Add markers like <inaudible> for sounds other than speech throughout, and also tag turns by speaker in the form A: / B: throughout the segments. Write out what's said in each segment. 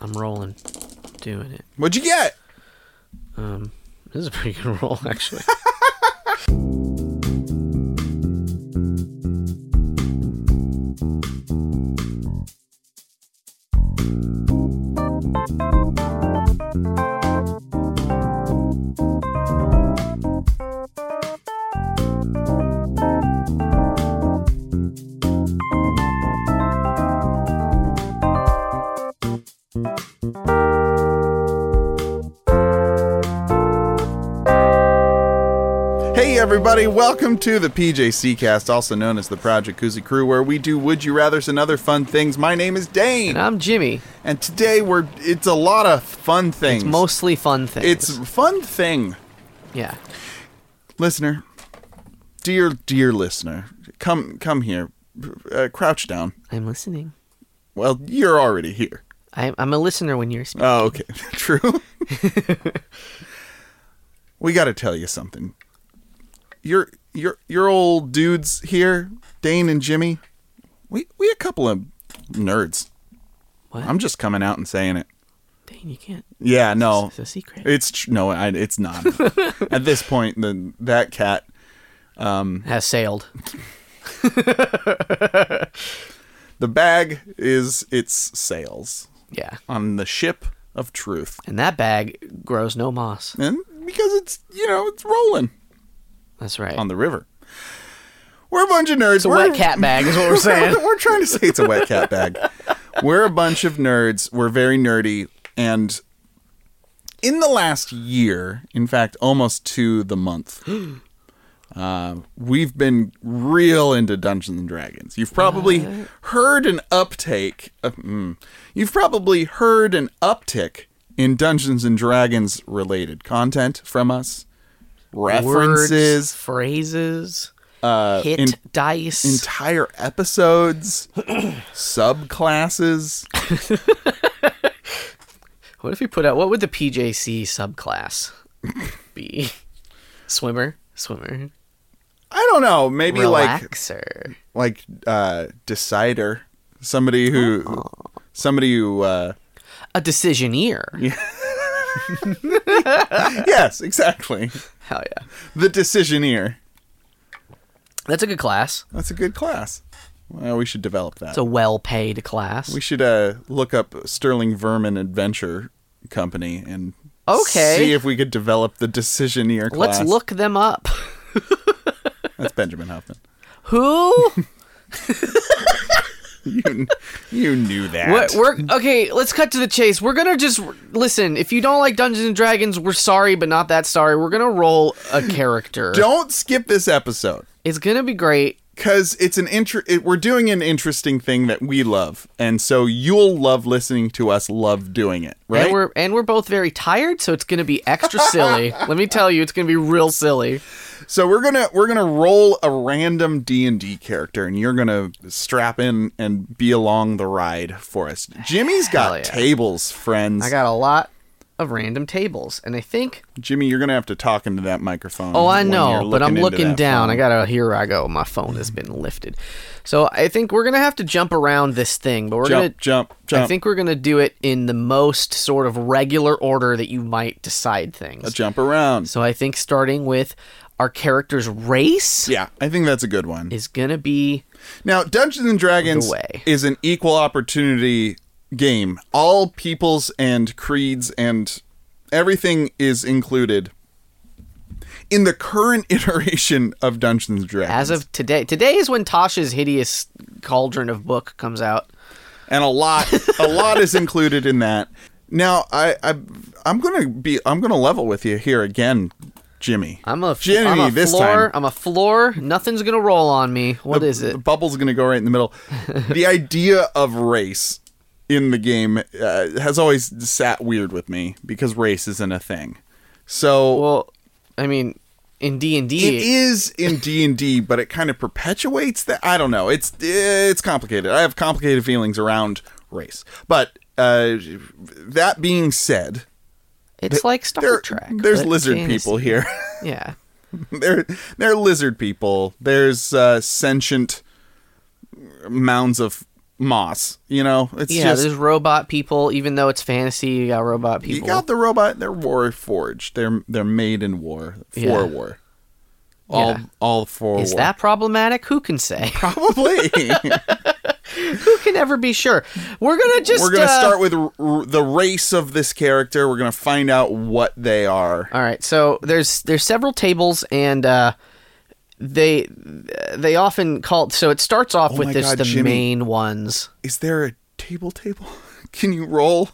A: I'm rolling, doing it.
B: What'd you get?
A: Um, this is a pretty good <laughs> roll, actually.
B: Hey, everybody, welcome to the PJC cast, also known as the Project Koozie Crew, where we do Would You Rathers and other fun things. My name is Dane,
A: and I'm Jimmy.
B: and today we're it's a lot of fun things.
A: It's mostly fun things.
B: It's fun thing.
A: yeah.
B: Listener, dear, dear listener, come come here. Uh, crouch down.
A: I'm listening.
B: Well, you're already here.
A: I'm, I'm a listener when you're speaking.
B: Oh, okay. <laughs> True. we got to tell you something. Your your your old dudes here, Dane and Jimmy. We we a couple of nerds.
A: What?
B: I'm just coming out and saying it.
A: Dang, you can't.
B: Yeah, no.
A: It's a secret.
B: It's tr- no, I, it's not. At this point, the that cat
A: Has sailed.
B: the bag is its sails
A: Yeah.
B: on the ship of truth.
A: And that bag grows no moss.
B: And because it's, you know, it's rolling
A: That's right.
B: on the river. We're a bunch of nerds.
A: it's a
B: We're-
A: wet
B: <laughs>
A: cat bag, is what we're saying.
B: We're trying to say it's a wet cat bag. We're a bunch of nerds. We're very nerdy. And in the last year, in fact, almost to
A: <gasps>
B: the month, uh, we've been real into Dungeons and Dragons. You've probably heard an uptake. uh, mm. you've probably heard an uptick in Dungeons and Dragons related content from us.
A: Words,
B: References,
A: phrases,
B: uh,
A: hit
B: in-
A: dice.
B: entire <clears throat> episodes, subclasses.
A: What if we put out what would the PJC subclass
B: <laughs>
A: be? swimmer, swimmer,
B: I don't know, maybe
A: relaxer.
B: like like uh decider, somebody who
A: Oh.
B: somebody who uh
A: a decisioneer.
B: yes, exactly.
A: Hell yeah.
B: The decisioneer.
A: That's a good class.
B: That's a good class. Well, we should develop that.
A: It's a well-paid class.
B: we should uh look up Sterling Vermin Adventure Company and
A: Okay.
B: see if we could develop the decisioneer class.
A: Let's look them up. <laughs>
B: That's Benjamin Huffman. <laughs>
A: Who?
B: You, you knew that.
A: What- <laughs> we're okay. Let's cut to the chase. We're gonna just listen. If you don't like Dungeons and Dragons, we're sorry, but not that sorry. We're gonna roll
B: <laughs>
A: a character.
B: Don't skip this episode.
A: It's gonna be great.
B: because it's an inter- it, we're doing an interesting thing that we love and so you'll love listening to us love doing it right
A: And we're and we're both very tired, so it's gonna be extra
B: <laughs>
A: silly. Let me tell you, it's gonna be real silly.
B: so we're gonna we're gonna roll a random d&d character and you're gonna strap in and be along the ride for us jimmy's got
A: Hell yeah.
B: tables friends
A: I got a lot of random tables, and I think.
B: jimmy you're gonna have to talk into that microphone
A: Oh, I
B: when you're
A: know, but I'm
B: into
A: looking
B: that
A: down. I
B: phone.
A: gotta. Here I go. My phone has been lifted, so I think we're gonna have to jump around this thing. But we're
B: jump
A: gonna.
B: jump jump
A: I think we're gonna do it in the most sort of regular order that you might decide
B: Let's
A: things.
B: jump around
A: So I think starting with our character's race
B: yeah i think that's a good one
A: is gonna be
B: Now, Dungeons and Dragons
A: The way.
B: is an equal opportunity game. All peoples and creeds and everything is included in the current <laughs> iteration of Dungeons and Dragons.
A: as of today. Today is when Tasha's hideous cauldron of book comes out.
B: and a lot a
A: <laughs>
B: lot is included in that. Now, I, I I'm going to be I'm going to level with you here again, Jimmy.
A: I'm a,
B: Jimmy
A: am a
B: this time.
A: floor. I'm a floor. Nothing's gonna roll on me. What is it?
B: The bubble's going to go right in the middle.
A: <laughs>
B: the idea of race in the game uh, has always sat weird with me because race isn't a thing. So
A: Well, I mean, in D and
B: it
A: D,
B: is in D and D, but it kind of perpetuates that. I don't know. It's it's complicated. I have complicated feelings around race, but uh, that being said,
A: it's like Star
B: there,
A: Trek.
B: there's
A: but
B: lizard
A: fantasy.
B: people here.
A: Yeah,
B: they're they're lizard people. There's uh, sentient mounds of moss. You know, it's
A: yeah,
B: just
A: there's robot people. Even though it's fantasy, you got robot
B: you
A: people.
B: got the robot. They're war forged. They're they're made in war for
A: Yeah.
B: war. All
A: Yeah.
B: all for
A: Is
B: war.
A: that problematic? Who can say?
B: <laughs>
A: <laughs>
B: probably?
A: Who can ever be sure? We're gonna just.
B: We're gonna
A: uh,
B: start with r- r- the race of this character. We're gonna find out what they are.
A: All right, so there's there's several tables and uh, they they often call so it starts off with
B: Oh my
A: this
B: God,
A: the
B: Jimmy.
A: main ones.
B: Is there a table table? <laughs> Can you roll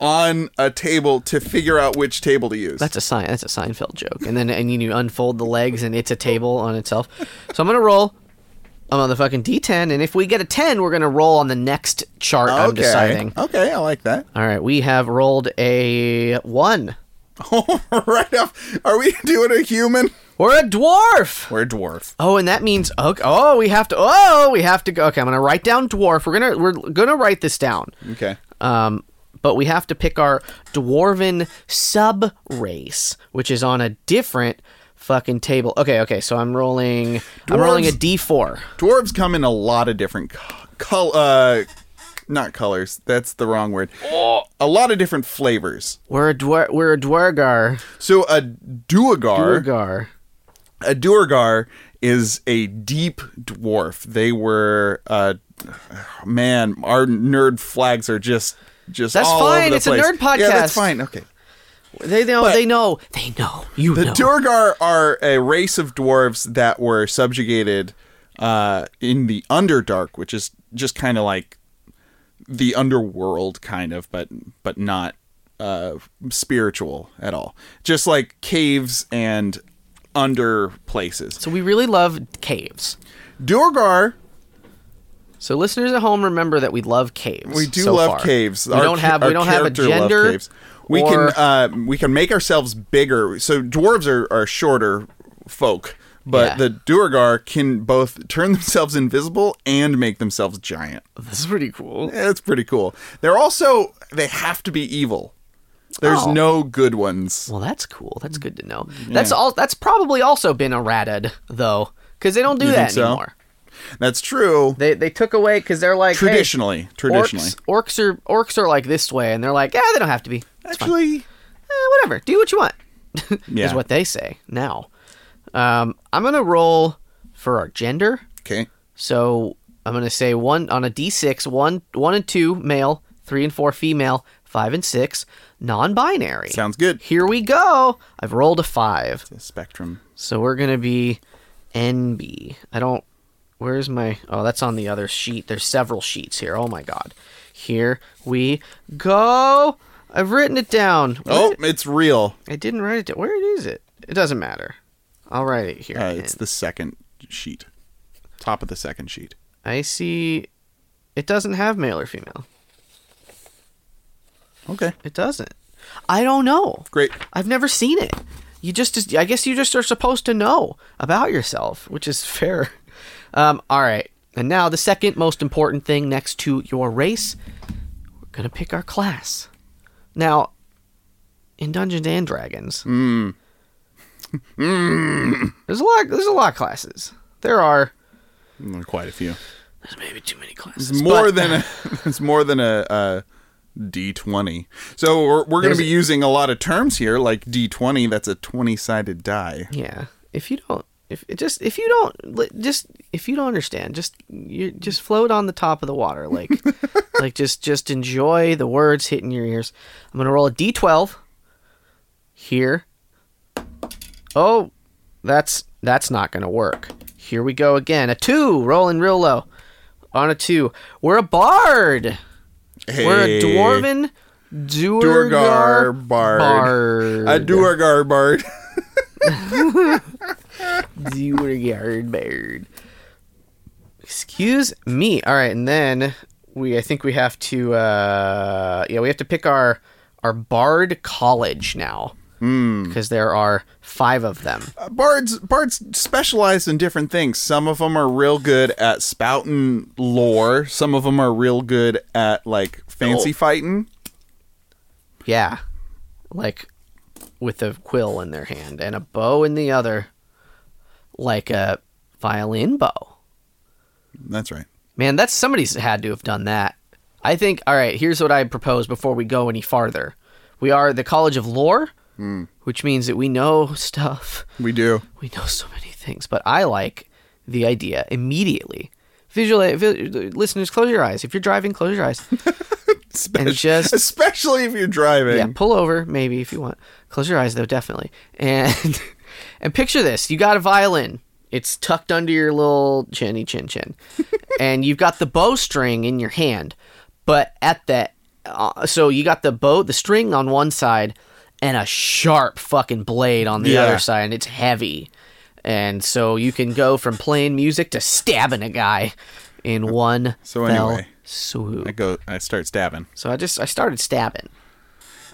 B: on a table to figure out which table to use?
A: That's a sign. That's a Seinfeld joke. And then and you unfold the legs and it's a table on itself. So I'm gonna roll a motherfucking d10, and if we get a 10, we're gonna roll on the next chart. I'm deciding.
B: Okay, I like that.
A: All right, we have rolled a one.
B: <laughs> right off, are we <laughs> doing a human?
A: We're a dwarf.
B: We're a dwarf.
A: Oh, and that means okay, oh, we have to. Oh, we have to go. Okay, I'm gonna write down dwarf. We're gonna we're gonna write this down.
B: Okay.
A: Um, but we have to pick our dwarven sub race, which is on a different fucking table. Okay, okay. So I'm rolling. I'm rolling a d4.
B: Dwarves come in a lot of different color. Uh, not colors. That's the wrong word.
A: Oh.
B: A lot of different flavors.
A: We're a dwar- we're a dwargar.
B: So a duergar,
A: Dwargar.
B: a duergar is a deep dwarf. They were, uh, man, our nerd flags are just just
A: That's
B: all
A: fine,
B: over the
A: it's a
B: place.
A: nerd
B: Yeah, that's
A: podcast.
B: fine. Okay.
A: They know. they know. They know. You
B: The
A: know.
B: Durgar are a race of dwarves that were subjugated uh, in the Underdark, which is just kind of like the underworld, kind of, but but not uh, spiritual at all. Just like caves and under places.
A: so we really love caves.
B: Durgar,
A: So listeners at home, remember that we love caves.
B: we do
A: so
B: love
A: far.
B: caves.
A: We
B: Our
A: don't
B: ca-
A: have
B: our
A: we don't have a
B: character love
A: gender.
B: caves. We
A: or- <laughs>
B: can uh, we can make ourselves bigger. So dwarves are, are shorter folk, but
A: Yeah.
B: the Duergar can both turn <laughs> themselves invisible and make themselves giant.
A: this is pretty cool.
B: Yeah, That's pretty cool. They're also they have to be evil. There's
A: Oh.
B: no good ones.
A: Well, that's cool. That's good to know.
B: Mm.
A: That's all. That's probably also been errated though, because they don't do that
B: think so?
A: anymore.
B: That's true.
A: They they took away because they're like hey,
B: Traditionally, traditionally.
A: Orcs, orcs are orcs are like this way, and they're like, yeah, they don't have to be. It's fine.
B: Actually,
A: Eh, whatever, do what you want. <laughs>
B: Yeah.
A: Is what they say now. Um, I'm gonna roll for our gender.
B: okay.
A: So I'm gonna say one on a d6, one one and two male, three and four female, five and six non-binary.
B: Sounds good.
A: Here we go. I've rolled a five,
B: The spectrum.
A: so we're gonna be NB. I don't. Where's my? Oh, that's on the other sheet. There's several sheets here. Oh my god. Here we go. I've written it down.
B: Oh, it's real.
A: I didn't write it down. Where is it? It doesn't matter. I'll write it here.
B: Uh, it's the second sheet. Top of the second sheet.
A: I see. It doesn't have male or female.
B: Okay.
A: It doesn't. I don't know.
B: Great.
A: I've never seen it. You just, I guess you just are supposed to know about yourself, which is <laughs> fair. Um, all right. And now the second most important thing next to your race, we're going to pick our class. Now, in Dungeons and Dragons, there's a lot, there's a lot of classes. There are,
B: Mm, Quite a few.
A: there's maybe too many
B: It's
A: classes.
B: more
A: but <laughs>
B: than a, <laughs> it's more than a, a d20. So we're, we're going to
A: There's-
B: be using a lot of terms here, like d20. That's a 20 sided die.
A: Yeah. If you don't, if it just, if you don't, li- just, if you don't understand, just, you just float on the top of the water.
B: <laughs>
A: Like, like just, just enjoy the words hitting your ears. I'm going to roll a D12 here. Oh, that's, that's not going to work. Here we go again. A two rolling real low on a two. We're a bard. We're a
B: Hey,
A: dwarven Duergar,
B: Duergar bard.
A: bard.
B: A Duergar bard.
A: Duergar bard. Excuse me. All right, and then we I think we have to uh yeah, we have to pick our our bard college now. Because there are five of them.
B: Uh, <laughs> bards bards specialize in different things. Some of them are real good at spouting lore. Some of them are real good at like fancy
A: Oh.
B: fighting.
A: Yeah. Like with a quill in their hand and a bow in the other. Like a violin bow.
B: That's right.
A: Man, that's somebody's had to have done that. I think. All right, here's what I propose before we go any farther. We are the College of Lore, which means that we know stuff. <laughs>
B: We do.
A: We know so many things, but I like the idea immediately. Visual, vi- listeners, close your eyes. If you're driving, close your eyes and just
B: Especially if you're driving.
A: yeah, pull over maybe if you want. Close your eyes though, definitely. And <laughs> and picture this: you got a violin. It's tucked under your little chinny chin
B: <laughs>
A: chin, and you've got the bowstring in your hand. But at the uh, so you got the bow, the string on one side, and a sharp fucking blade on the
B: Yeah.
A: other side, and it's heavy. And so you can go from playing music to stabbing a guy in one
B: So
A: fell
B: anyway,
A: swoop.
B: I go. I start stabbing.
A: so I just I started stabbing.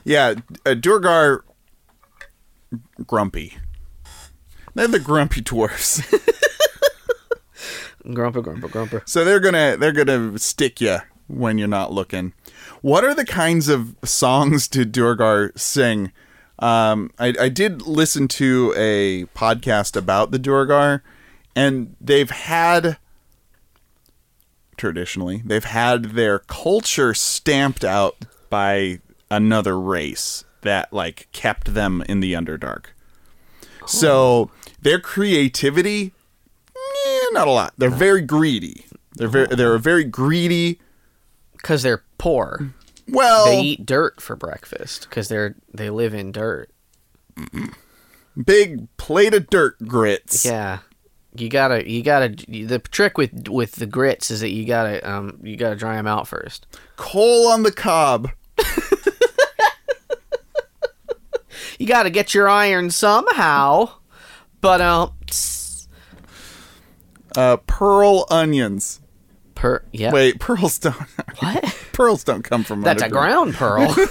B: Yeah, uh, Durgar grumpy. They're the grumpy dwarfs.
A: Grumper, grumper, grumper.
B: so they're gonna they're gonna stick you when you're not looking. What are the kinds of songs did Durgar sing? Um, I, I did listen to a podcast about the Durgar, and they've had traditionally they've had their culture stamped out by another race that like kept them in the underdark. So their creativity, eh, not a lot. They're very greedy. They're very they're a very greedy.
A: because they're poor.
B: Well,
A: They eat dirt for breakfast because they're they live in dirt.
B: big plate of dirt grits.
A: Yeah, you gotta you gotta the trick with with the grits is that you gotta um you gotta dry them out first.
B: Coal on the cob.
A: You gotta get your iron somehow. But um,
B: Uh, pearl onions.
A: per yeah.
B: Wait, <laughs> pearls don't.
A: what?
B: pearls don't come
A: <laughs>
B: from.
A: That's a
B: underground.
A: ground pearl.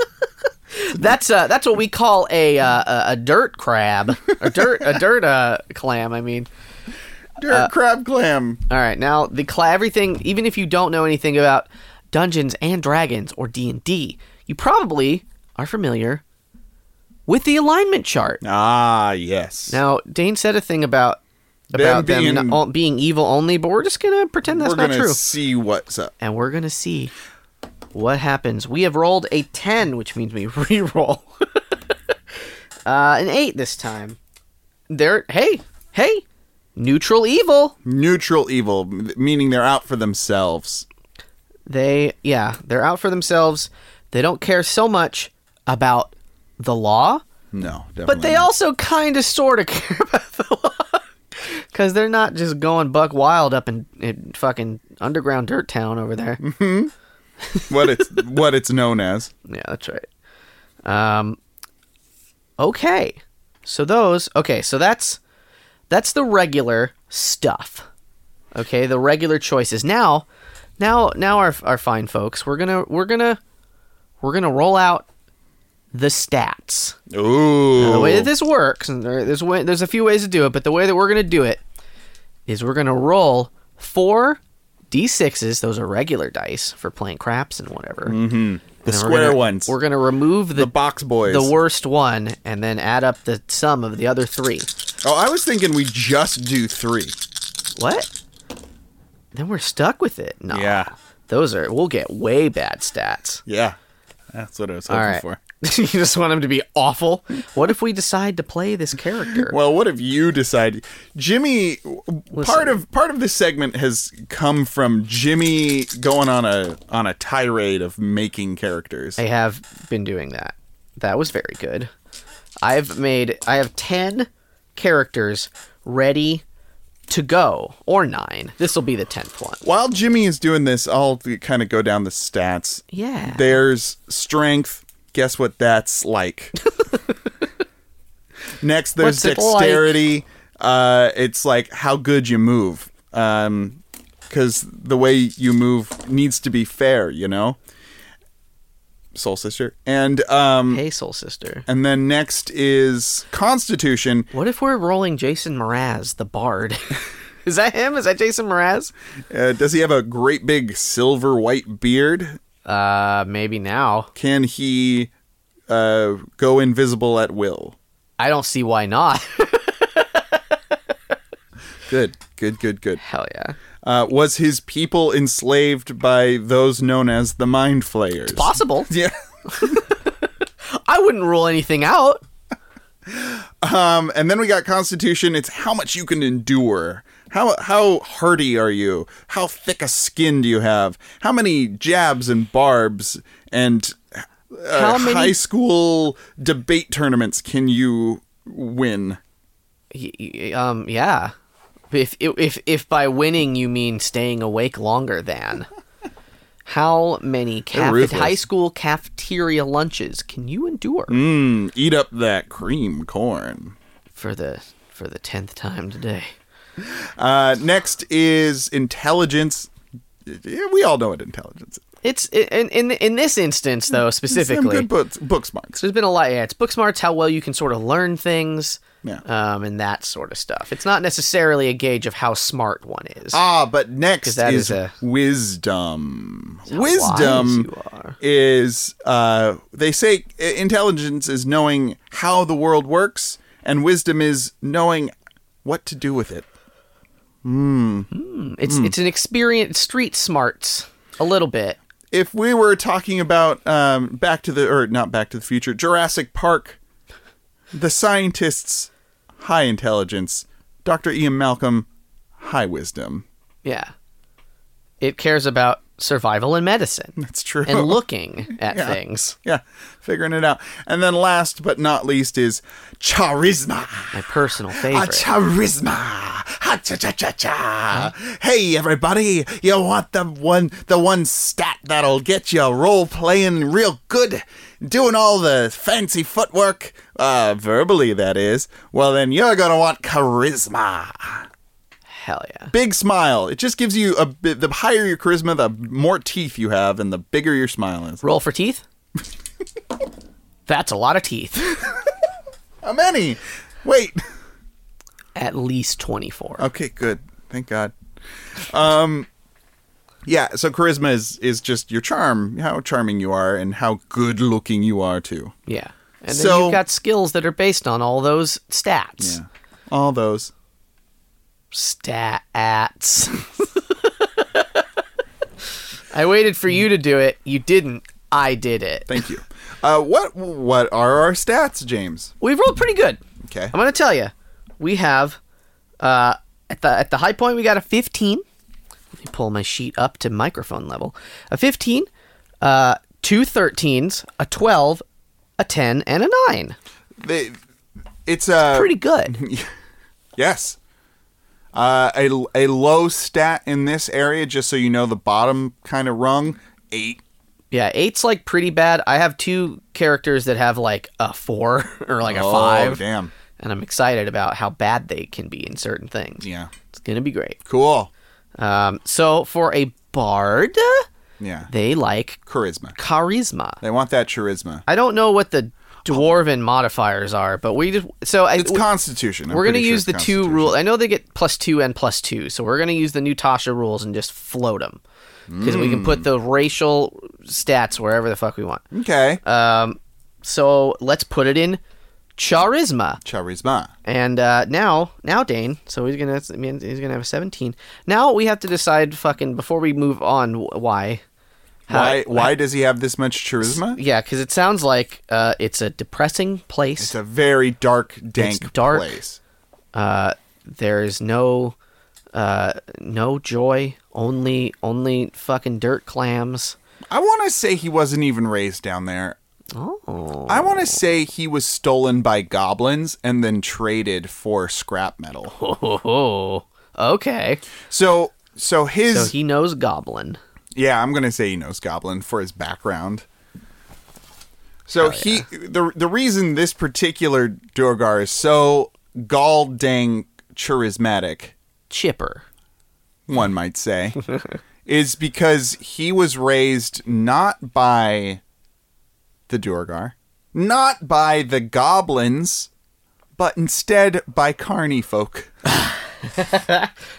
A: <laughs> that's uh that's what we call a uh, a, a dirt crab, a dirt a dirt uh clam. I mean.
B: Dirt
A: uh,
B: crab clam.
A: All right, now the cla- everything. Even if you don't know anything about Dungeons and Dragons or D and D, you probably are familiar with the alignment chart.
B: Ah, yes.
A: Now, Dane said a thing about about them,
B: being-
A: not- all- being evil only, but we're just gonna pretend that's
B: we're
A: not
B: gonna
A: true,
B: see what's up.
A: and we're gonna see what happens. We have rolled a ten, which means we <laughs> re-roll uh, an eight this time. There, hey, hey, neutral evil.
B: Neutral evil, m- meaning they're out for themselves.
A: they yeah they're out for themselves they don't care so much about the law
B: No, definitely.
A: but they also kind of sort of <laughs> care about the law because they're not just going buck wild up in, in fucking underground dirt town over there <laughs>
B: what it's what it's known as.
A: yeah that's right um okay so those okay so that's that's the regular stuff okay the regular choices now now now our our fine folks we're gonna we're gonna we're gonna roll out the stats
B: Ooh.
A: the way that this works and there, there's way, there's a few ways to do it but the way that we're gonna do it is we're gonna roll four d6s those are regular dice for playing craps and whatever mm-hmm.
B: The square ones.
A: we're gonna remove the
B: the box boys.
A: the worst one and then add up the sum of the other three
B: oh, I was thinking we just do three.
A: What? Then we're stuck with it. No.
B: Yeah.
A: Those are we'll get way bad stats.
B: Yeah, that's what I was
A: All
B: hoping
A: right.
B: for.
A: <laughs> you just want them to be awful. What if we decide to play this character?
B: Well, what have you decided, Jimmy? w- Part of part of this segment has come from Jimmy going on a on a tirade of making characters.
A: I have been doing that. That was very good. I've made I have 10 characters ready to go or 9. This will be the 10th one.
B: While Jimmy is doing this, I'll kind of go down the stats.
A: Yeah.
B: There's strength. Guess what
A: <laughs>
B: that's like. Next,
A: What's
B: there's
A: it like?
B: dexterity. Uh, it's like how good you move. Um, because the way you move needs to be fair, you know. Soul sister, and um,
A: Hey soul sister.
B: and then next is constitution.
A: What if we're rolling Jason Mraz, the bard? <laughs> Is that him? Is that Jason Mraz?
B: Uh, does he have a great big silver white beard?
A: Uh maybe now.
B: Can he uh, go invisible at will?
A: I don't see why not. <laughs>
B: Good, good, good, good.
A: Hell yeah.
B: Uh, was his people enslaved by those known as the Mind Flayers?
A: Possible.
B: <laughs> yeah.
A: I wouldn't rule anything out.
B: Um, and then we got Constitution. It's how much you can endure. How how hardy are you? How thick a skin do you have? How many jabs and barbs and uh,
A: How many-
B: high school debate tournaments can you win?
A: Y- y- Um, yeah. If if if by winning you mean staying awake longer than, <laughs> how many caf-
B: ruthless.
A: high school cafeteria lunches can you endure
B: Mm, eat up that cream corn.
A: for the for the tenth time today?
B: Uh, next is intelligence. Yeah, we all know what intelligence is.
A: It's in in in this instance though
B: Some
A: specifically.
B: good book, book smarts.
A: So there's been a lot. Yeah, it's book smarts, how well you can sort of learn things,
B: Yeah.
A: um, and that sort of stuff. It's not necessarily a gauge of how smart one is.
B: Ah, but next
A: that is
B: is,
A: a-
B: wisdom.
A: how wise
B: Wisdom
A: you are.
B: is uh they say i- intelligence is knowing how the world works and wisdom is knowing what to do with it.
A: It's
B: hmm.
A: it's an experience street smarts a little bit.
B: If we were talking about um back to the or not back to the future, Jurassic Park, the scientists high intelligence, Dr. Ian Malcolm high wisdom.
A: Yeah, it cares about survival and
B: <laughs>
A: medicine
B: That's true.
A: and looking at things.
B: yeah, figuring it out. And then last but not least is charisma.
A: My personal
B: A
A: favorite.
B: charisma. Ha cha cha cha cha. Hey everybody, you want the one the one stat that'll get you role playing real good, doing all the fancy footwork, uh verbally that is. Well then you're going to want charisma.
A: Hell yeah.
B: Big smile. It just gives you a bit the higher your charisma, the more teeth you have and the bigger your smile is.
A: Roll for
B: <laughs>
A: teeth. That's a lot of teeth.
B: How many? Wait.
A: At least twenty four.
B: Okay, good. Thank God. Um, yeah. So charisma is is just your charm, how charming you are, and how good looking you are too.
A: Yeah. And then
B: So-
A: you've got skills that are based on all those stats.
B: All those.
A: Stats. I waited for you to do it. You didn't. I did it.
B: Thank you. Uh, what what are our stats, James?
A: We've rolled pretty good.
B: Okay.
A: I'm gonna tell you, we have uh, at the at the high point we got a 15. Let me pull my sheet up to microphone level. A 15, uh, two 13s, a 12, a 10, and a nine.
B: They, it's a
A: Pretty good.
B: <laughs> yes. Uh, a a low stat in this area, just so you know, the bottom kind of rung eight.
A: Yeah, eight's like pretty bad. I have two characters that have like a four <laughs> or like a
B: Oh,
A: five.
B: damn.
A: and I'm excited about how bad they can be in certain things.
B: Yeah.
A: It's gonna be great.
B: Cool.
A: Um, so for a bard,
B: Yeah.
A: they like
B: Charisma.
A: charisma.
B: They want that charisma.
A: I don't know what the dwarven modifiers are, but we just so I,
B: It's Constitution. I'm
A: we're gonna
B: pretty sure
A: use
B: it's
A: the two
B: Constitution.
A: rule. I know they get plus two and plus two, so we're gonna use the new Tasha rules and just float them because we can put
B: Hmm.
A: the racial stats wherever the fuck we want.
B: Okay.
A: Um, so let's put it in charisma.
B: Charisma.
A: And uh, now, now Dane, so he's gonna, I mean, he's gonna have a 17. Now we have to decide, fucking, before we move on, wh- why? How-
B: Why? Why does he have this much charisma?
A: Yeah, because it sounds like uh, it's a depressing place.
B: It's a very dark, dank
A: It's dark.
B: place.
A: uh, there is no, uh, no joy. Only, only fucking dirt clams.
B: I want to say he wasn't even raised down there. <laughs>
A: Oh,
B: I want to say he was stolen by goblins and then traded for
A: <laughs>
B: scrap metal.
A: okay.
B: So, so his
A: So he knows goblin.
B: yeah, I'm gonna say he knows goblin for his background. So he the the reason this particular Dorgar is so gall dang charismatic
A: Chipper.
B: one might say,
A: <laughs>
B: is because he was raised not by the Durgar, not by the goblins, but instead by carny folk.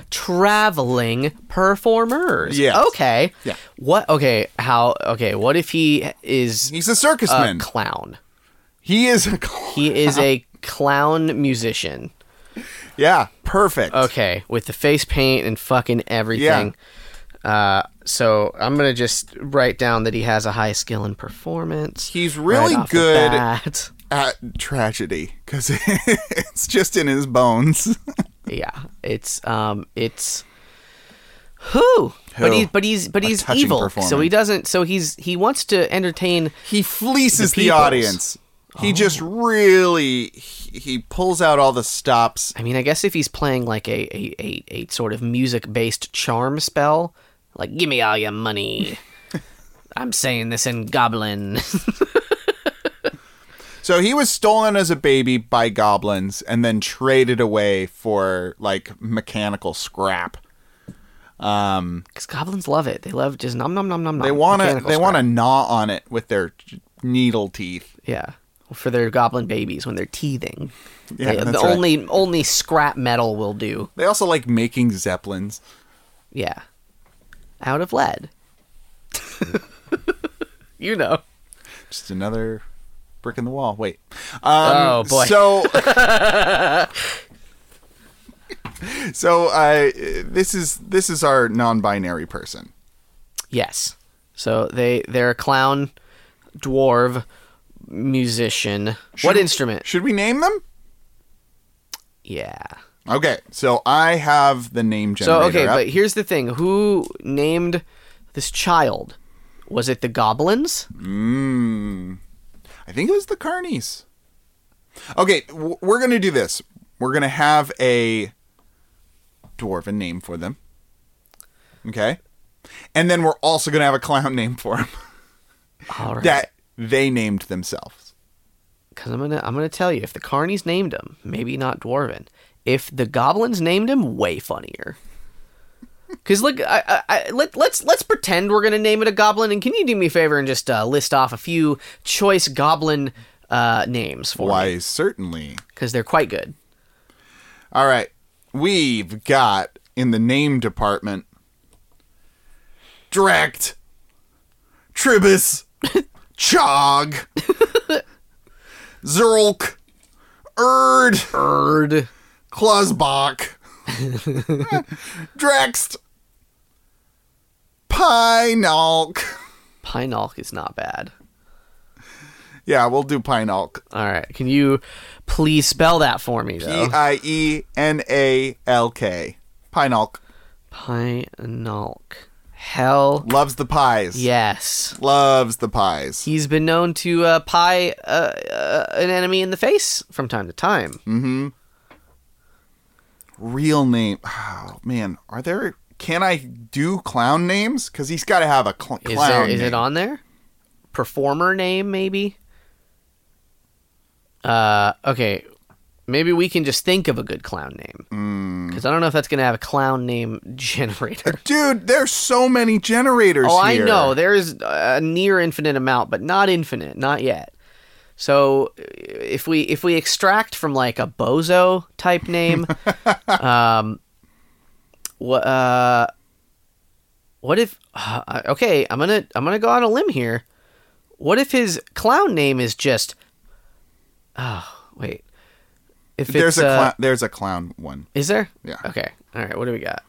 A: traveling performers.
B: Yes.
A: Okay.
B: Yeah.
A: What? Okay. How? Okay. What if he is
B: He's a circus
A: a
B: man.
A: clown?
B: He is a cl-
A: He is a clown musician
B: Yeah, perfect.
A: Okay, with the face paint and fucking everything. Uh, so I'm gonna just write down that he has a high skill in performance.
B: He's really
A: right off the
B: good
A: bat.
B: at tragedy because <laughs> it's just in his bones.
A: yeah, it's um, it's who?
B: Who?
A: But he's but he's but
B: A
A: he's
B: touching
A: evil. So he
B: performance.
A: doesn't. So he's he wants to entertain.
B: he fleeces
A: The Oh.
B: the,
A: peoples.
B: audience. He just really he, he pulls out all the stops.
A: I mean, I guess if he's playing like a a, a, a sort of music based charm spell, like give me all your
B: <laughs>
A: money. I'm saying this in goblin. <laughs>
B: So he was stolen as a baby by goblins and then traded away for like mechanical scrap.
A: Because goblins love it. They love just nom nom nom nom nom.
B: They want to
A: Mechanical
B: they
A: scrap.
B: want to gnaw on it with their needle teeth.
A: Yeah. For their goblin babies when they're teething.
B: Yeah,
A: They-
B: that's
A: the
B: right.
A: only only scrap metal will do.
B: They also like making zeppelins.
A: Yeah. Out of lead. <laughs> you know.
B: Just another brick in the wall. Wait. Um,
A: Oh, boy.
B: So.
A: <laughs>
B: <laughs> so uh, this is this is our non-binary person.
A: Yes. So they they're a clown, dwarf, musician. what
B: Should-
A: instrument?
B: Should we name them?
A: Yeah.
B: Okay. So I have the name
A: So
B: generator.
A: okay,
B: up.
A: but here's the thing. Who named this child? Was it the goblins?
B: Mm. I think it was the Carnies. Okay, w- we're going to do this. We're going to have a dwarven name for them. Okay? And then we're also going to have a clown <laughs> name for them
A: All right.
B: that they named themselves.
A: Because I'm gonna I'm gonna tell you, if the Carnies named him, maybe not Dwarven. If the Goblins named him, way funnier. Because look, I, I, I, let let's let's pretend we're gonna name it a Goblin, and can you do me a favor and just uh, list off a few choice Goblin uh, names for me?
B: Why, certainly.
A: Because they're quite good.
B: All right. We've got in the name department Dract, Tribus, Chog, Zerlk, Erd,
A: Bird.
B: Klosbach, Drext, Pinalk.
A: Pinalk is not bad.
B: Yeah, we'll do Pinalk.
A: All right, can you please spell that for me
B: P
A: though?
B: I E N A L K. Pinalk
A: Pinalk. Hell
B: loves the pies.
A: yes.
B: Loves the pies.
A: He's been known to uh, pie uh, uh, an enemy in the face from time to time.
B: Mm, Mm-hmm. real name. Oh man, are there? Can I do clown names? Because he's got to have a cl-
A: Is
B: clown.
A: there? Is
B: name.
A: it on there? Performer name maybe. Uh, okay, maybe we can just think of a good clown name
B: Mm.
A: because I don't know if that's gonna have a clown name <laughs> generator.
B: Dude, there's so many generators.
A: Oh,
B: here.
A: I know. There is a near infinite amount, but not infinite, not yet. So uh, if we if we extract from like a bozo type
B: <laughs>
A: name, um, what uh, what if? Uh, okay, I'm gonna I'm gonna go on a limb here. What if his clown name is just? Oh wait, if
B: There's
A: it's,
B: a
A: uh,
B: clown. There's a clown one.
A: is there?
B: Yeah.
A: Okay. All right. What do we got?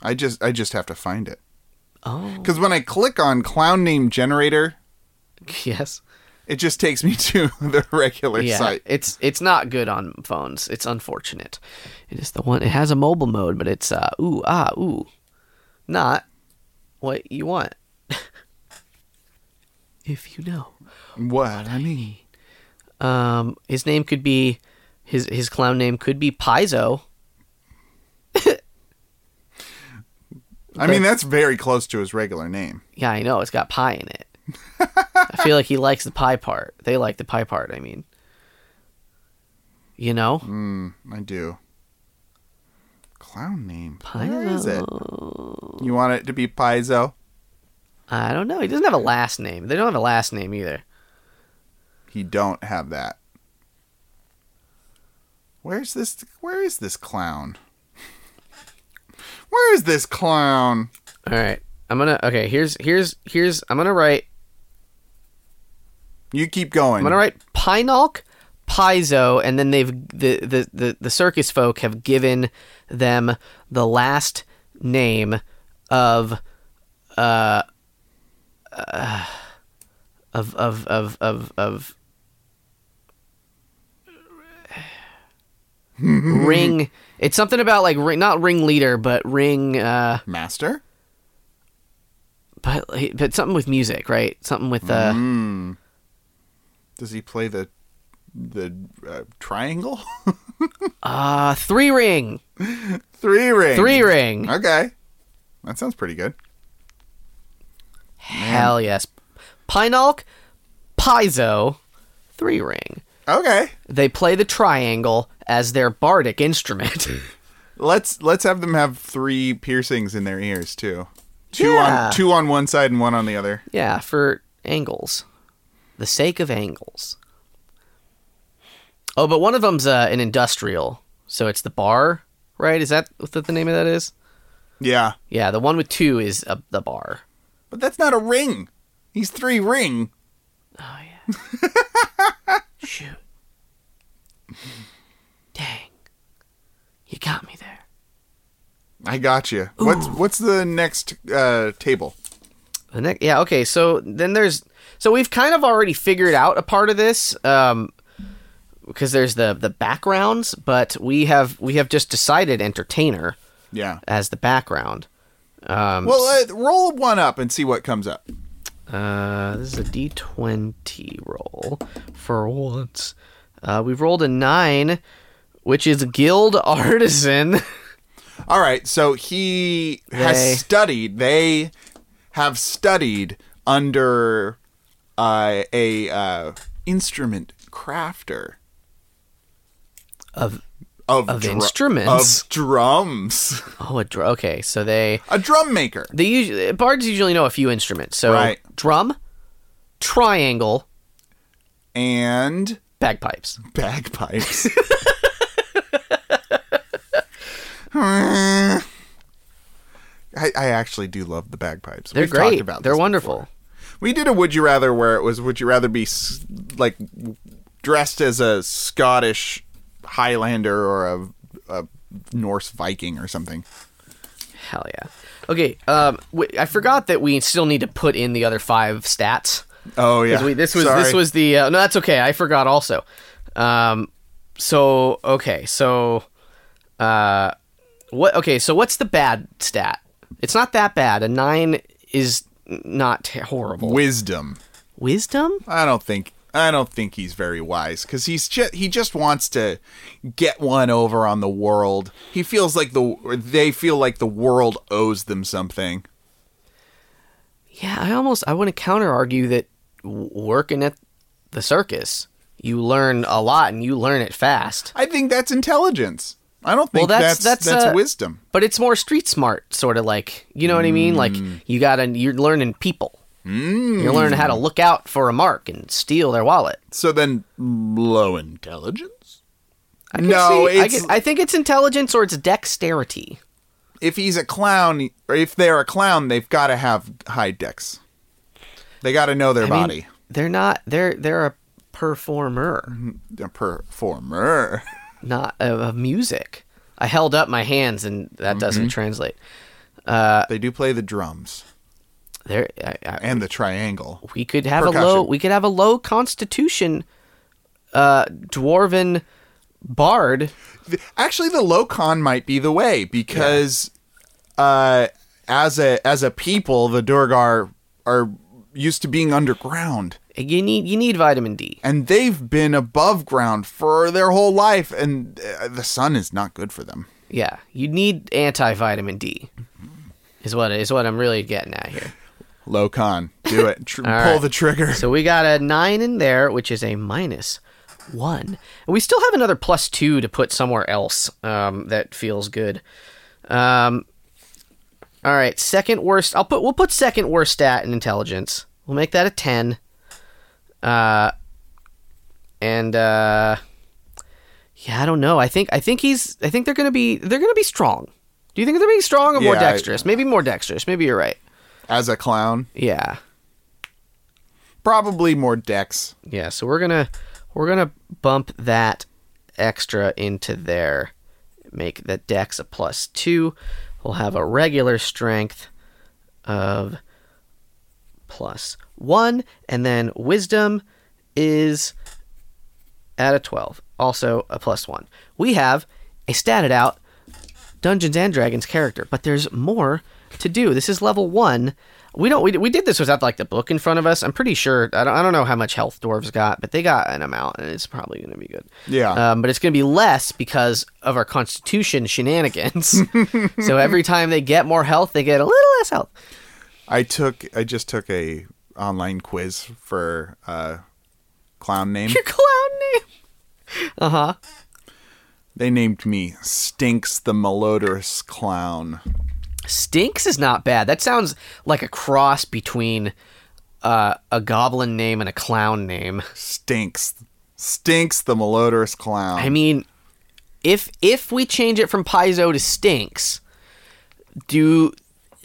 B: I just I just have to find it.
A: Oh
B: Because when I click on clown name generator,
A: <laughs> yes.
B: it just takes me <laughs> to the regular
A: yeah,
B: site.
A: it's it's not good on phones. It's unfortunate. It is the one. It has a mobile mode, but it's uh ooh ah ooh, not what you want. <laughs> if you know,
B: What I mean.
A: um, his name could be his his clown name could be Paizo.
B: I mean that's very close to his regular name.
A: Yeah, I know it's got pie in it. I feel like he likes the pie part. They like the pie part. I mean, you know,
B: Mm, I do. Clown name. Where is it? You want it to be Paizo?
A: I don't know. He doesn't have a last name. They don't have a last name either.
B: he don't have that. Where's this where is this clown? Where is this clown?
A: All right. I'm going to Okay, here's here's here's I'm going to write
B: You keep going.
A: I'm going to write Pinalk piezo, and then they've the, the the the circus folk have given them the last name of uh, uh of of of of of ring. It's something about like ring, not ringleader, but ring. Uh,
B: Master?
A: but but something with music, right? Something with uh,
B: Does he play the the uh, triangle? <laughs>
A: uh three ring,
B: Three ring.
A: three ring.
B: Okay. That sounds pretty good.
A: Hell yes, Pinalk, Piezo, three ring.
B: Okay.
A: They play the triangle as their bardic instrument.
B: Let's let's have them have three piercings in their ears too. Two
A: Yeah.
B: on two on one side and one on the other.
A: yeah, for angles, the sake of angles. Oh, but one of them's uh, an industrial, so it's the bar, right? Is that what the the name of that is?
B: Yeah.
A: Yeah, the one with two is uh, the bar.
B: But that's not a ring. He's three ring.
A: Oh yeah. Shoot. Dang. You got me there.
B: I got you. What's what's the next uh, table?
A: The next, yeah, okay. So then there's so we've kind of already figured out a part of this um because there's the the backgrounds, but we have we have just decided entertainer
B: Yeah.
A: as the background. Um
B: Well, uh, roll one up and see what comes up.
A: Uh, this is a d20 roll for once. Uh, we've rolled a nine, which is guild <laughs> artisan.
B: All right, so he
A: They-
B: has studied. They have studied under uh, a uh, instrument crafter
A: Of
B: of,
A: Of
B: dru-
A: instruments?
B: of drums,
A: oh, a dr- okay. So they
B: a drum maker.
A: they usually bards usually know a few instruments. So
B: Right.
A: drum, triangle,
B: and
A: bagpipes.
B: bagpipes.
A: <laughs>
B: I, I actually do love the bagpipes.
A: They're
B: We've talked
A: great.
B: about
A: They're
B: this
A: wonderful.
B: before. We did a would you rather where it was would you rather be s- like w- dressed as a Scottish Highlander or a, a Norse Viking or something.
A: Hell yeah. Okay. Um, w- I forgot that we still need to put in the other five stats.
B: Oh yeah,
A: We, this was this
B: Sorry.
A: was the uh, no. That's okay. I forgot also. Um, so okay. So, uh, what? Okay. So what's the bad stat? It's not that bad. A nine is not t- horrible.
B: wisdom.
A: Wisdom.
B: I don't think I don't think he's very wise because he's just he just wants to get one over on the world. He feels like the or they feel like the world owes them something.
A: Yeah, I almost I want to counter argue that w- working at the circus, you learn a lot and you learn it fast.
B: I think that's intelligence. I don't think
A: that's- that's,
B: that's that's,
A: uh,
B: wisdom.
A: But it's more street smart, sort of like you know what I mean. Like
B: Mm.
A: you gotta you're learning people. Mm. You're learning how to look out for a mark and steal their wallet.
B: So then low intelligence.
A: I can
B: No,
A: see- I,
B: it's-
A: can- I think it's intelligence or it's dexterity.
B: If he's a clown, or if they're a clown, they've got to have high decks. They got to know their
A: I mean,
B: body.
A: they're not. They're they're a performer,
B: A performer.
A: not of of music. I held up my hands and that
B: Mm-hmm.
A: doesn't translate. Uh,
B: they do play the drums
A: There, I, I,
B: and the triangle.
A: we could have a low
B: Percussion.
A: we could have a low constitution uh dwarven bard
B: Th- actually the low con might be the way because uh as a as a people the durgar are used to being underground
A: you need you need vitamin d
B: and they've been above ground for their whole life and uh, the sun is not good for them
A: yeah you need anti-vitamin d is what is what i'm really getting at here
B: low con
A: <laughs>
B: do it Tr- pull
A: right.
B: the trigger
A: so we got a nine in there which is a minus one and we still have another plus two to put somewhere else um that feels good um all right second worst i'll put we'll put second worst stat in intelligence we'll make that a 10 and uh yeah i don't know i think i think he's i think they're gonna be they're gonna be strong do you think they're being strong or more
B: Yeah, I-
A: dexterous maybe more dexterous maybe you're right
B: as a clown
A: yeah
B: probably more decks
A: yeah so we're gonna We're gonna bump that extra into there. Make the dex a plus two. We'll have a regular strength of plus one, and then wisdom is at a twelve, also a plus one. We have a statted out Dungeons and Dragons character, but there's more to do. This is level one. We don't. We, we did this without like the book in front of us. I'm pretty sure. I don't. I don't know how much health dwarves got, but they got an amount, and it's probably going to be good.
B: Yeah.
A: Um, but it's going to be less because of our constitution shenanigans. so every time they get more health, they get a little less health. <laughs>
B: I took I just took a online quiz for uh,
A: <laughs>
B: clown name.
A: Your clown name. Uh huh.
B: they named me Stinks the Malodorous Clown.
A: Stinks is not bad. That sounds like a cross between uh, a goblin name and a clown name.
B: Stinks. Stinks the Malodorous Clown.
A: I mean, if if we change it from Paizo to Stinks, do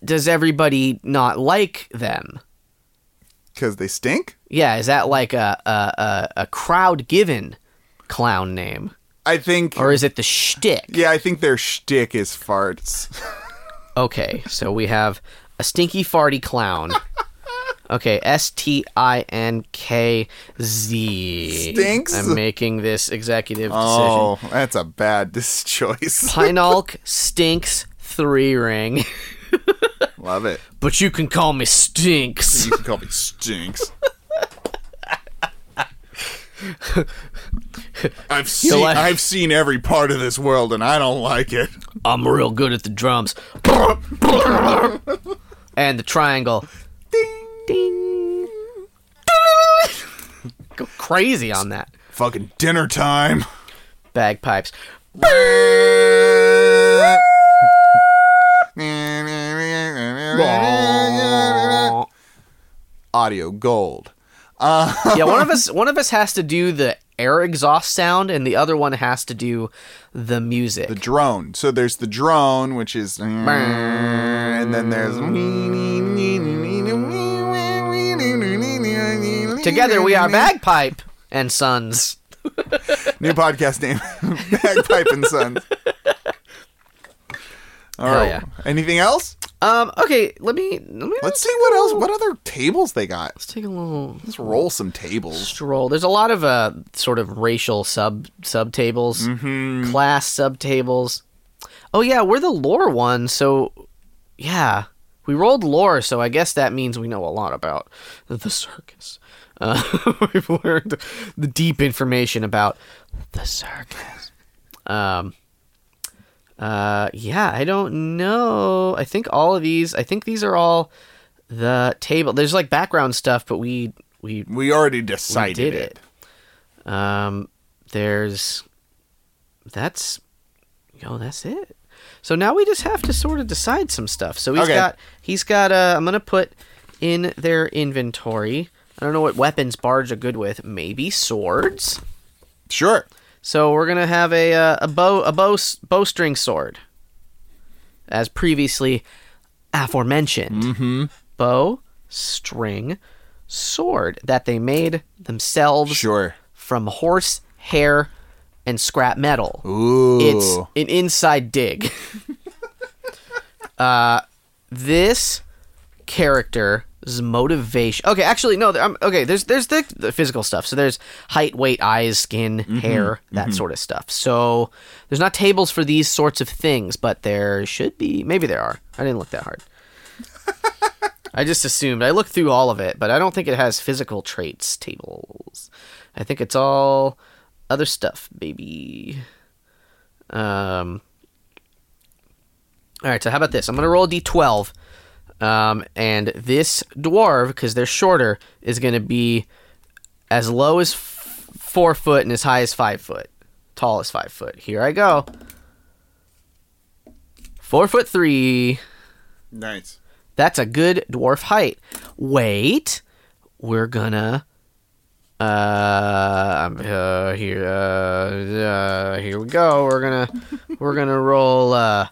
A: does everybody not like them?
B: Because they stink?
A: Yeah, is that like a a, a, a crowd given clown name,
B: I think.
A: or is it the shtick?
B: yeah, I think their shtick is farts.
A: Okay, so we have a stinky farty
B: <laughs>
A: clown. Okay, S T I N K Z.
B: Stinks?
A: I'm making this executive decision.
B: Oh, that's a bad <laughs> dis- choice.
A: Pinalk stinks three ring.
B: Love it.
A: But you can call me Stinks.
B: You can call me Stinks. I've seen
A: like-
B: I've seen every part of this world and I don't like it.
A: I'm real good at the drums. and the triangle. Ding. Go crazy on that.
B: Fucking dinner time.
A: Bagpipes.
B: Audio gold.
A: yeah, one of us one of us has to do the air exhaust sound and the other one has to do the music.
B: The drone. So there's the drone, which is. And then there's.
A: Together we
B: <laughs>
A: are bagpipe and sons.
B: New podcast name Bagpipe and Sons. All
A: Hell
B: right.
A: yeah.
B: Anything else?
A: Um okay, let me let me
B: Let's see what else. What other tables they got?
A: let's take a little
B: Let's roll some tables.
A: stroll. There's a lot of uh, sort of racial sub sub tables, class sub tables. Oh yeah, we're the lore one, so yeah, we rolled lore, so I guess that means we know a lot about the circus. Uh, <laughs> we've learned the deep information about the circus. Um. Uh, yeah, I don't know. I think all of these. I think these are all the table. There's like background stuff, but we we
B: We already decided
A: did
B: it.
A: it. Um, there's that's yo, that's it. So now we just have to sort of decide some stuff. So he's
B: Okay.
A: got he's got uh I'm gonna put in their inventory. I don't know what weapons bards are good with. Maybe swords.
B: Sure.
A: So we're gonna have a uh, a bow a bow bowstring sword, as previously aforementioned.
B: Mm.
A: Bow string sword that they made themselves
B: Sure.
A: from horse hair and scrap metal.
B: Ooh.
A: It's an inside dig. <laughs> uh, this character's motivation. Okay, actually, no. I'm, okay, there's there's the, the physical stuff. So there's height, weight, eyes, skin, hair, that sort of stuff. So there's not tables for these sorts of things, but there should be. Maybe there are. I didn't look that hard. I just assumed. I looked through all of it, but I don't think it has physical traits tables. I think it's all other stuff, baby. Um, all right, so how about this? I'm going to roll a d12. Um, and this dwarf, because they're shorter, is going to be as low as f- four foot and as high as five foot. Tall as five foot. Here I go. Four foot three.
B: nice.
A: That's a good dwarf height. Wait, we're gonna. Uh, um, uh here, uh, uh, here we go. We're gonna, we're gonna roll uh,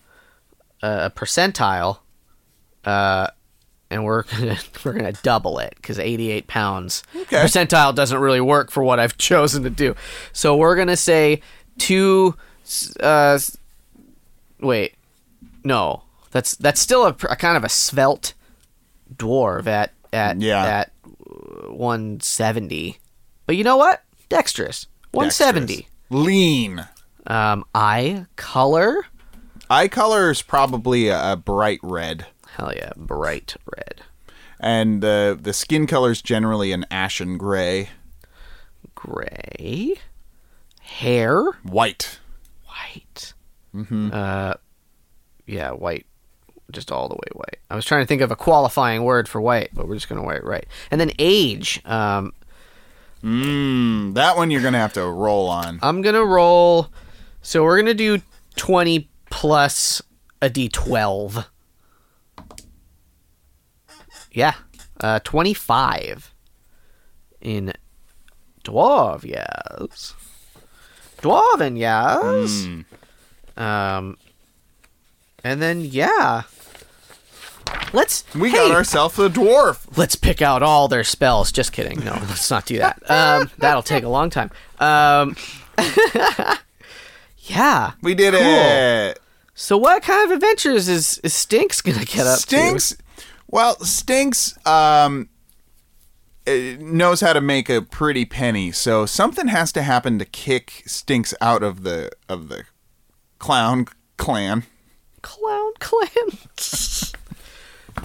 A: a percentile, uh, and we're <laughs> gonna, we're gonna double it because 88 pounds percentile doesn't really work for what I've <laughs> chosen to do. So we're gonna say two. s- Uh, s- wait, no, that's that's still a, pr- a kind of a svelte dwarf at at
B: Yeah.
A: at uh, 170. But you know what? Dexterous 170.
B: Dexterous. Lean.
A: Um, eye color.
B: Eye color is probably a, a bright red,
A: Hell yeah, bright red.
B: and the the skin color is generally an ashen gray,
A: gray, hair,
B: white.
A: white. Mm-hmm. Uh, yeah, white, just all the way white. I was trying to think of a qualifying word for white, but we're just gonna write right. And then age. Um, Hmm,
B: Mm, that one you're gonna have to roll on.
A: I'm gonna roll. So we're gonna do twenty plus a d12. Yeah, uh, twenty-five in dwarf. Yes, dwarven. Yes.
B: Hmm.
A: Um, and then yeah, let's
B: We
A: hey,
B: got ourselves a dwarf.
A: let's pick out all their spells. Just kidding. No, let's not do that. Um, that'll take a long time. Um, <laughs> yeah.
B: We did it.
A: So what kind of adventures is, is Stinks gonna get up
B: Stinks. Well, Stinks um, eh, knows how to make a pretty penny, so something has to happen to kick Stinks out of the of the clown clan.
A: to? Clown Clan. <laughs>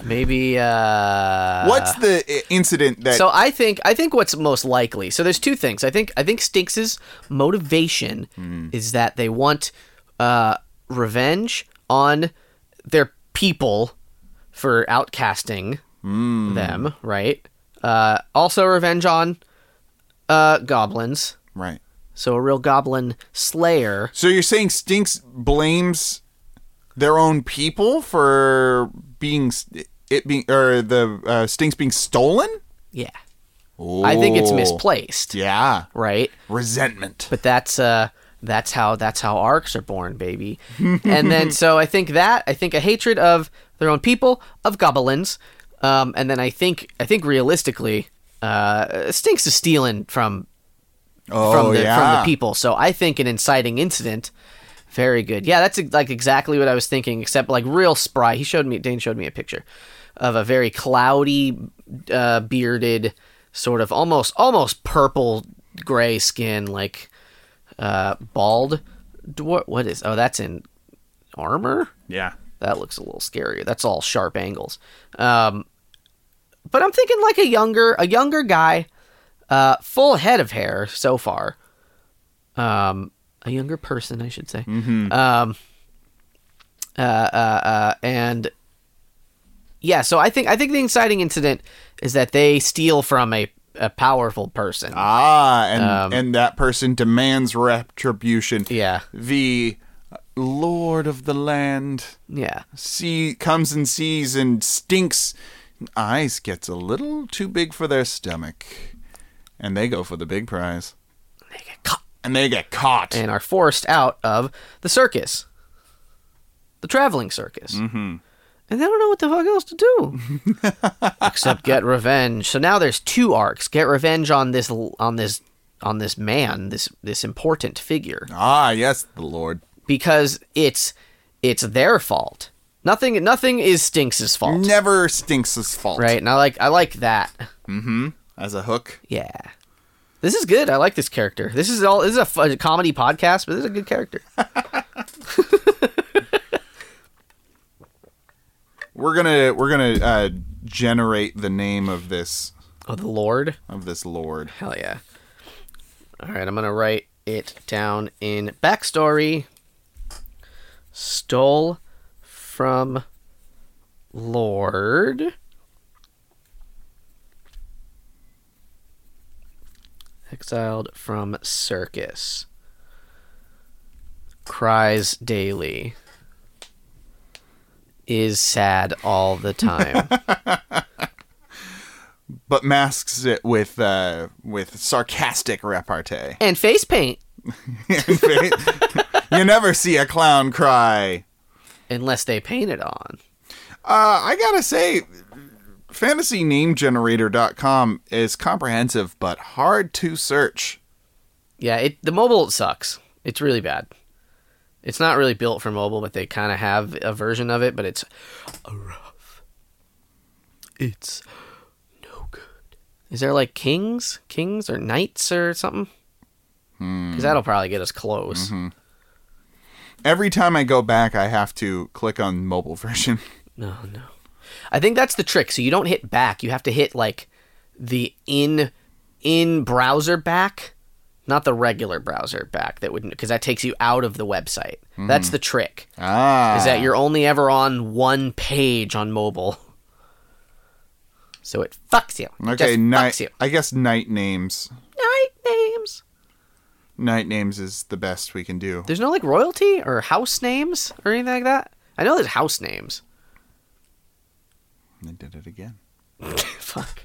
A: Maybe. Uh,
B: What's the i- incident that?
A: So I think I think what's most likely. So there's two things. I think I think Stinks's motivation
B: Hmm.
A: is that they want uh, revenge on their people for outcasting
B: Hmm.
A: them, right? Uh, also revenge on uh, goblins.
B: right.
A: So a real goblin slayer.
B: So you're saying Stinks blames their own people for being s- it being or the uh, Stinks being stolen?
A: Yeah. I think it's
B: Ooh.
A: misplaced,
B: Yeah,
A: right?
B: resentment.
A: but that's uh that's how that's how arcs are born baby and then so i think that i think a hatred of their own people of goblins um, and then i think i think realistically uh, stinks is stealing from
B: oh
A: from the
B: yeah.
A: from the people so i think an inciting incident very good yeah that's like exactly what i was thinking except like real spry he showed me dane showed me a picture of a very cloudy uh, bearded sort of almost almost purple gray skin like uh, bald dwarf. What is? Oh, that's in armor.
B: Yeah.
A: That looks a little scarier. That's all sharp angles. Um, but I'm thinking like a younger, a younger guy, uh, full head of hair so far. Um, a younger person, I should say. Um, uh, uh, uh, and yeah, so I think I think the inciting incident is that they steal from a, a powerful person.
B: Ah, and and that person demands retribution.
A: Um, Yeah.
B: The lord of the land
A: yeah.
B: see comes and sees and stinks eyes gets a little too big for their stomach. And they go for the big prize.
A: They get caught.
B: And they get caught.
A: and are forced out of the circus, the traveling circus. Mm-hmm. And they don't know what the fuck else to do except get revenge. So now there's two arcs: get revenge on this on this on this man, this this important figure,
B: ah, yes, the lord.
A: because it's it's their fault. Nothing nothing is Stinks' fault,
B: Never stinks' fault.
A: right? And I like I like that.
B: As a hook.
A: Yeah. This is good. I like this character. This is all. This is a, fu- comedy podcast, but this is a good character.
B: We're gonna we're gonna uh, generate the name of this
A: Oh, the Lord.
B: of this lord.
A: Hell yeah. All right, I'm going to write it down in backstory. Stole from Lord. Exiled from circus. Cries daily. Is sad all the time.
B: but masks it with uh, with sarcastic repartee. <laughs>
A: and face paint.
B: you never see a clown cry.
A: Unless they paint it on.
B: Uh, I gotta say, FantasyNameGenerator.com is comprehensive but hard to search.
A: Yeah, it the mobile sucks. It's really bad. It's not really built for mobile, but they kind of have a version of it, but it's a rough. It's no good. Is there like kings, kings or knights or something? Because that'll probably get us close.
B: Every time I go back, I have to click on mobile version. <laughs>
A: No, no. I think that's the trick. So you don't hit back. You have to hit like the in in browser back, not the regular browser back that wouldn't because that takes you out of the website. That's the trick.
B: Ah,
A: Is that you're only ever on one page on mobile. So it fucks you. It
B: okay?
A: Just
B: Night.
A: fucks you.
B: I guess night names.
A: Night names.
B: Night names is the best we can do.
A: There's no like royalty or house names or anything like that. I know there's house names. <laughs>
B: I did it again.
A: Fuck.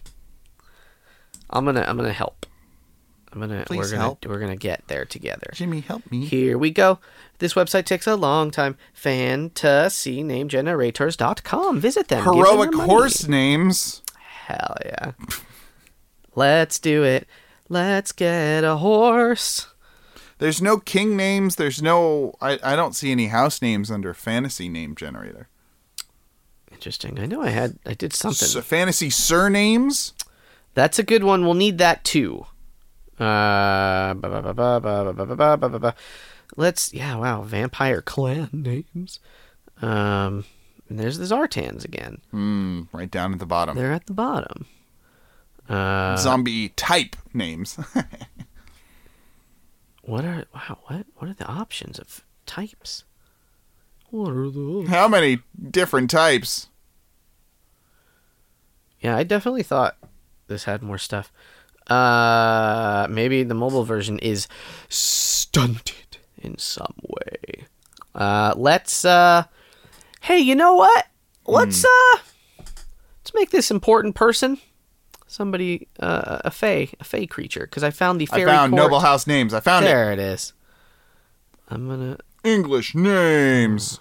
A: I'm gonna I'm gonna help. I'm gonna
B: Please
A: we're gonna
B: help.
A: we're gonna get there together.
B: Jimmy, help me.
A: Here we go. This website takes a long time. FantasyNameGenerators.com. Visit them. Give them
B: Heroic
A: their money.
B: horse names.
A: Hell yeah. Let's do it. Let's get a horse.
B: There's no king names. There's no. I, I don't see any house names under fantasy name generator.
A: Interesting. I know I had I did something.
B: S- fantasy surnames.
A: That's a good one. We'll need that too. Uh, ba- ba- ba- ba- ba- ba- ba- ba- ba- ba- ba. let's. Yeah, wow. Vampire clan <laughs> names. Um, and there's the Zartans again.
B: Hmm. Right down at the bottom.
A: They're at the bottom. Uh,
B: Zombie type names. <laughs>
A: what are wow? What what are the options of types? What are the?
B: How many different types?
A: Yeah, I definitely thought this had more stuff. Uh, maybe the mobile version is stunted in some way. Uh, let's uh, hey, you know what? Let's
B: Hmm.
A: uh, let's make this important person somebody uh, a fey a fey creature because I found the fairy
B: I found
A: court.
B: noble house names. I found
A: there it is. I'm gonna
B: it. English names.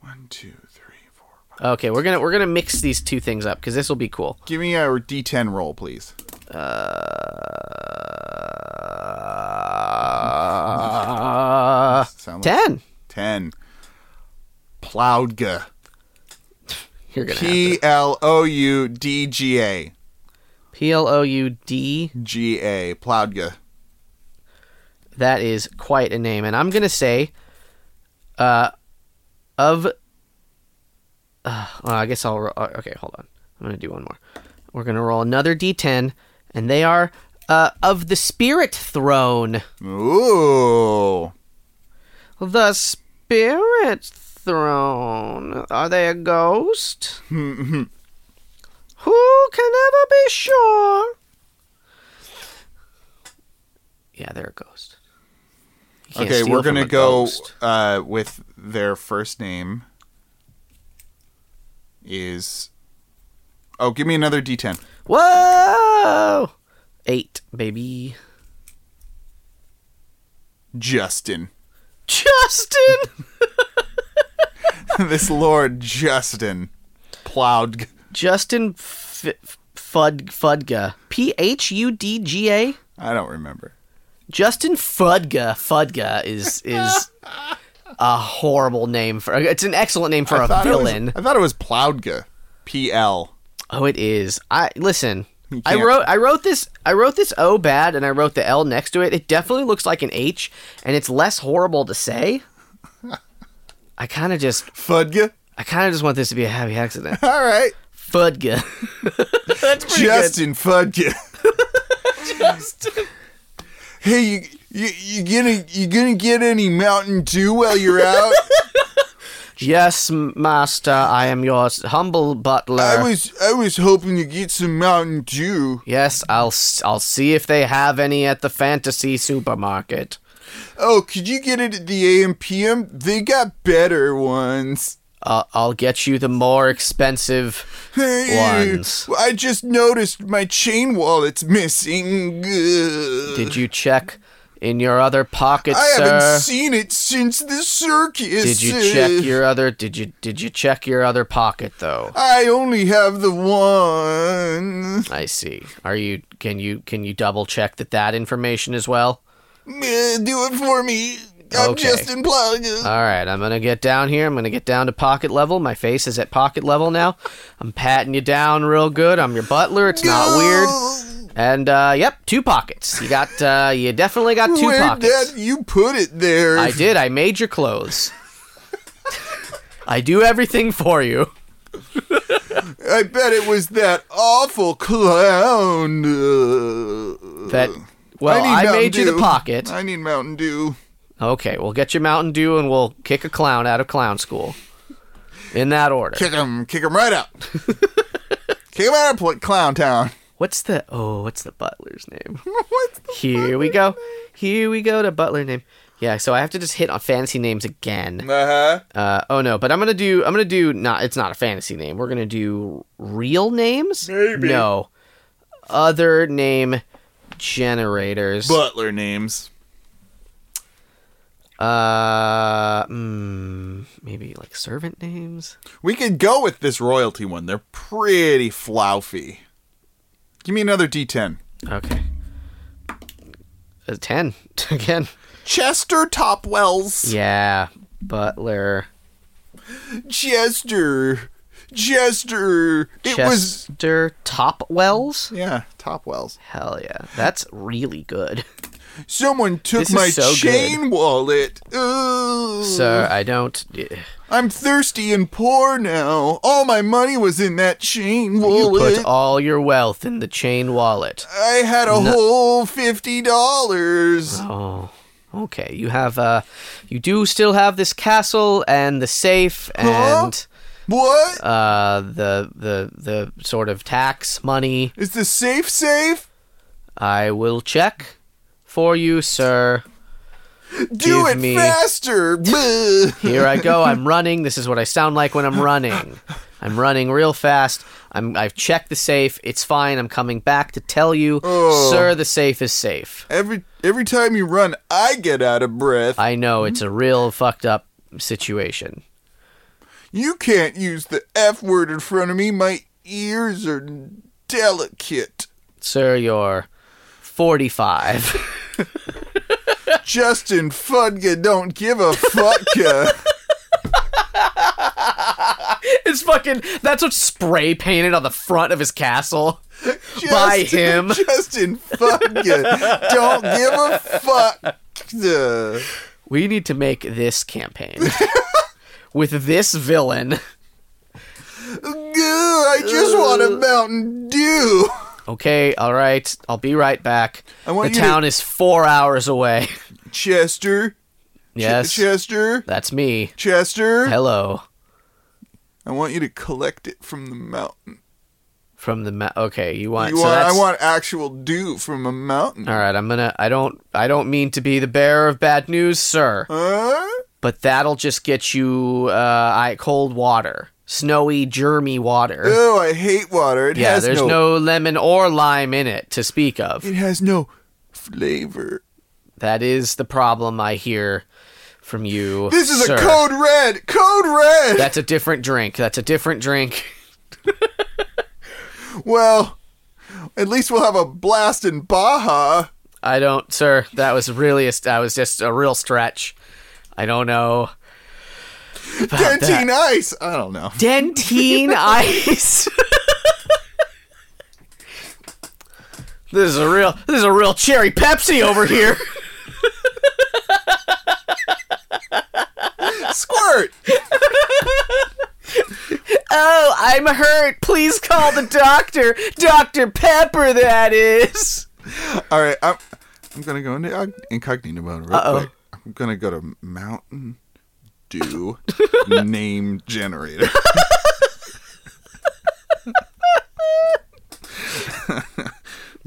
B: One, two, three, four. Five.
A: okay. We're gonna we're gonna mix these two things up because this will be cool.
B: Give me a D10 roll, please. <laughs>
A: Uh,
B: Sound like
A: ten.
B: ten. Ploudga.
A: You're gonna have to-
B: P L O U D G A.
A: P L O U D.
B: G A. Ploudga.
A: That is quite a name, and I'm gonna say, uh, of. Uh, well, I guess I'll. Ro- uh, okay, hold on. I'm gonna do one more. We're gonna roll another D10, and they are uh, of the Spirit Throne.
B: Ooh.
A: The Spirit Throne. Are they a ghost?
B: Mm-hmm.
A: Who can ever be sure? Yeah, they're a ghost. You can't
B: Okay,
A: steal
B: we're
A: from
B: gonna
A: a
B: go
A: ghost.
B: uh, with their first name is. Oh, give me another D10.
A: Whoa! Eight, baby. <laughs>
B: Justin. <laughs>
A: Justin!
B: this Lord Justin Ploud.
A: Justin F- F- Fud- Fudga. P H U D G A?
B: I don't remember.
A: Justin Fudga. Fudga is
B: <laughs>
A: is a horrible name for. It's an excellent name for a
B: Thought it was-
A: villain.
B: I thought it was Ploudga. P L.
A: oh, it is. I listen. I
B: can't-
A: wrote I wrote this I wrote this O bad and I wrote the L next to it. It definitely looks like an H and it's less horrible to say. I kind of just
B: Fudga.
A: I kind of just want this to be a happy accident.
B: All right.
A: Fudga. <laughs> That's pretty
B: Justin Fudga. Justin. Hey, you, you you gonna you gonna get any Mountain Dew while you're
A: <laughs>
B: out?
A: good. Yes, m- master, I am your s- humble butler.
B: I was I was hoping to get some Mountain Dew.
A: Yes, I'll s- I'll see if they have any at the fantasy supermarket.
B: Oh, could you get it at the AM PM? They got better ones.
A: Uh, I'll get you the more expensive
B: Hey,
A: ones.
B: I just noticed my chain wallet's missing. Ugh.
A: Did you check in your other pocket,
B: I
A: sir.
B: haven't seen it since the circus.
A: Did you
B: Uh,
A: check your other? Did you did you check your other pocket though?
B: I only have the one.
A: I see. Are you? Can you can you double check that that information as well?
B: Uh, do it for me. I'm
A: Okay. Uh,
B: just in plug.
A: All right, I'm gonna get down here. I'm gonna get down to pocket level. My face is at pocket level now. I'm patting you down real good. I'm your butler. It's not weird. And uh, yep, two pockets. You got. Uh, you definitely got two
B: Where
A: pockets.
B: that you put it there?
A: I did. I made your clothes. I do everything for you.
B: I bet it was that awful clown. Uh,
A: That well,
B: need
A: I,
B: Mountain
A: made you the
B: Dew.
A: pocket.
B: I need Mountain Dew.
A: Okay, we'll get you Mountain Dew and we'll kick a clown out of clown school. In that order.
B: Kick him, kick him
A: <laughs>
B: right out. kick him out of pl- Clown Town. <laughs>
A: What's the oh? What's the butler's name?
B: what? the-
A: Here we go. Here we go to butler name. Yeah, so I have to just hit on fantasy names again.
B: Uh-huh.
A: Uh, oh no, but I'm gonna do. I'm gonna do not. It's not a fantasy name. We're gonna do real names.
B: Maybe.
A: No, other name generators.
B: Butler names.
A: uh, mm, maybe like servant names.
B: We could go with this royalty one. They're pretty floufy. Give me another D10.
A: Okay. A ten <laughs> again.
B: Chester Topwells.
A: Yeah, Butler.
B: Chester. Chester. It was.
A: Chester Topwells.
B: Yeah, Topwells.
A: Hell yeah, that's really good,
B: Someone took
A: This is
B: my
A: so
B: chain wallet. Ugh.
A: sir. I don't.
B: I'm thirsty and poor now. All my money was in that chain
A: You
B: wallet.
A: put all your wealth in the chain wallet.
B: I had a whole fifty dollars.
A: Oh, okay. You have uh, you do still have this castle and the safe and
B: What?
A: uh the the the sort of tax money.
B: Is the safe safe?
A: I will check for you, sir.
B: Do
A: Give
B: it
A: me- <laughs>
B: faster. Bleh.
A: Here I go. I'm running. This is what I sound like when I'm running. I'm running real fast. I'm, I've checked the safe. It's fine. I'm coming back to tell you,
B: Oh.
A: sir, the safe is safe.
B: every every time you run, I get out of breath.
A: I know it's a real fucked up situation.
B: You can't use the F word in front of me. My ears are delicate.
A: Sir, you're 45.
B: Justin Fudga don't give
A: <laughs>
B: a fucka.
A: it's fucking. That's what's spray painted on the front of his
B: <laughs>
A: castle by
B: Justin-
A: him.
B: Justin Fudga don't give a fuck. Uh,
A: We need to make this
B: <laughs>
A: campaign with this villain.
B: I just want
A: Uh.
B: a Mountain Dew.
A: Okay, all right. I'll be right back.
B: I want
A: the
B: you to-
A: town is four hours away.
B: Chester. Ch-
A: yes,
B: Chester.
A: that's me.
B: Chester.
A: Hello
B: I want you to collect it from the mountain.
A: from the ma- okay. You want?
B: You
A: so
B: want, I
A: that's,
B: want actual dew from a mountain.
A: All right, I'm gonna. I don't. I don't mean to be the bearer of bad news, sir,
B: Huh?
A: but that'll just get you. Uh, I cold water, snowy, germy water.
B: Oh, I hate water. It
A: Yeah,
B: has
A: there's
B: no,
A: no... lemon or lime in it to speak of.
B: It has no flavor.
A: That is the problem I hear from you.
B: This is
A: sir.
B: a code red. Code red.
A: That's a different drink. That's a different drink.
B: well, at least we'll have a blast in Baja.
A: I don't, sir. That was really a, that was just a real stretch. I don't know.
B: Dentine ice. I don't know. <laughs>
A: Dentine ice. <laughs> this is a real this is a real cherry Pepsi over here.
B: Squirt.
A: Oh, I'm hurt. Please call the doctor. Dr. Pepper that is.
B: All right, I'm, I'm gonna go into ag- incognito mode real
A: Uh-oh.
B: quick. I'm gonna go to Mountain
A: <laughs>
B: Dew name generator.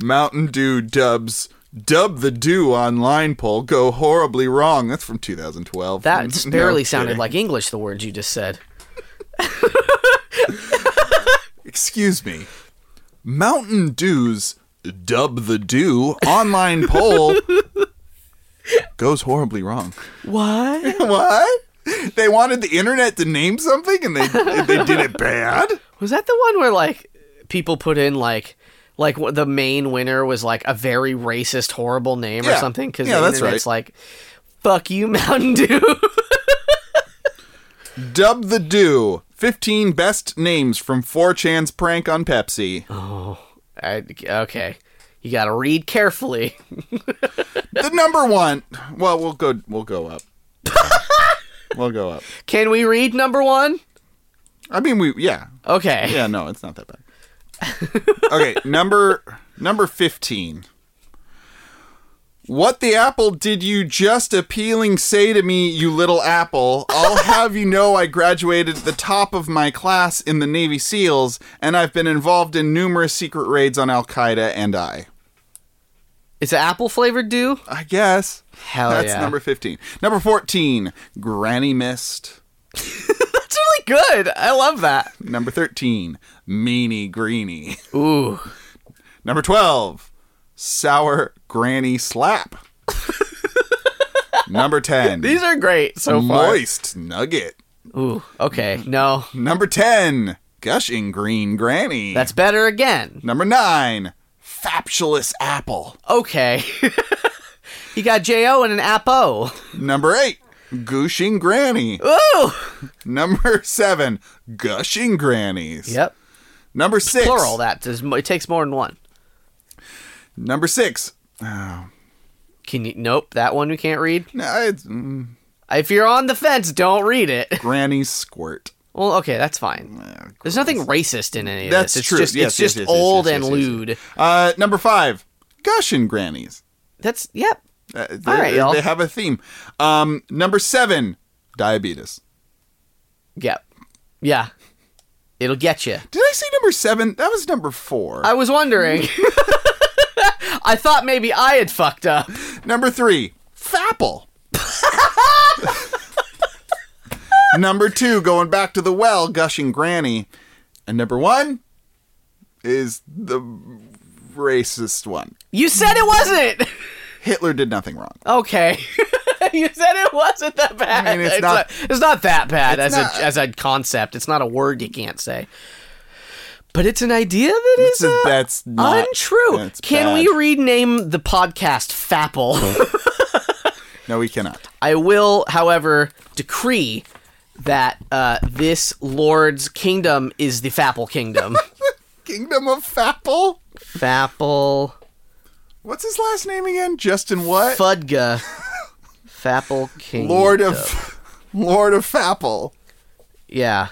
B: Mountain Dew dubs dub the Dew online poll go horribly wrong. That's from 2012.
A: That just barely
B: <laughs> Mm, No
A: sounded
B: kidding.
A: like English the words you just said.
B: Excuse me.
A: <laughs>
B: Mountain Dew's dub the Dew online poll goes horribly wrong.
A: What?
B: <laughs> what? They wanted the internet to name something and they they did it bad?
A: Was that the one where like people put in like like what the main winner was like a very racist, horrible name or
B: Yeah.
A: something? Because
B: Yeah,
A: the
B: that's
A: internet's like, "Fuck you, Mountain <laughs> Dew."
B: Dub the Do. 15 best names from 4chan's prank on Pepsi.
A: I, okay, you got to read carefully.
B: The number one. Well, we'll go we'll go up. we'll go up.
A: Can we read number one?
B: I mean, we yeah.
A: Okay.
B: Yeah, no, it's not that bad. <laughs> Okay, number number 15. What the apple did you just appealing say to me, you little apple? I'll <laughs> have you know I graduated at the top of my class in the Navy SEALs, and I've been involved in numerous secret raids on Al Qaeda and I.
A: Is it apple flavored dew?
B: I guess.
A: Hell
B: That's
A: yeah.
B: number 15. Number 14, Granny Mist.
A: That's really good. I love that.
B: Number 13, Meanie Greenie.
A: Ooh.
B: Number 12, Sour
A: <laughs>
B: Granny Slap. Number 10,
A: These are great so far.
B: Moist Nugget.
A: Ooh. Okay.
B: Mm-hmm.
A: No.
B: Number 10, Gushing Green Granny.
A: That's better again.
B: Number 9, Fapulous Apple.
A: Okay. <laughs> you got J.O. and an Apo.
B: Number 8, Gushing Granny.
A: Ooh.
B: Number 7, Gushing Grannies.
A: Yep.
B: Number 6,
A: Plural, that. Does, it takes more than one.
B: Number 6,
A: Can you? Nope. That one we can't read.
B: no, it's, mm,
A: If you're on the fence, don't read it. <laughs>
B: Granny Squirt.
A: Well, okay, that's fine. There's nothing racist in any of
B: That's
A: this. It's
B: true.
A: Just,
B: Yes,
A: it's
B: yes,
A: just
B: yes, yes,
A: old
B: yes,
A: and
B: yes, yes, yes.
A: lewd.
B: Uh, number 5, Gushing Grannies.
A: That's yep.
B: Uh, they,
A: All right, y'all.
B: They have a theme. Um, number seven, diabetes.
A: Yep. Yeah. It'll get you.
B: Did I say number seven? That was number four.
A: I was wondering. <laughs> I thought maybe I had fucked up.
B: number three, Fapple. <laughs> number two, going back to the well, gushing granny. And number one is the racist one.
A: You said it wasn't. <laughs>
B: Hitler did nothing wrong.
A: Okay. <laughs> you said it wasn't that bad.
B: I mean, it's not-
A: it's not that bad as
B: not-
A: a as a concept. It's not a word you can't say. But it's an idea that
B: This
A: is
B: is-
A: uh,
B: that's not
A: untrue.
B: that's
A: Can
B: bad.
A: we rename the podcast
B: <laughs>
A: Fapple?
B: No, we cannot.
A: I will, however, decree that uh, this Lord's kingdom is the Fapple
B: <laughs>
A: kingdom.
B: Kingdom of Fapple.
A: Fapple
B: What's his last name again? Justin what?
A: Fudga. Fapple kingdom.
B: Lord of <laughs> Lord of Fapple.
A: Yeah.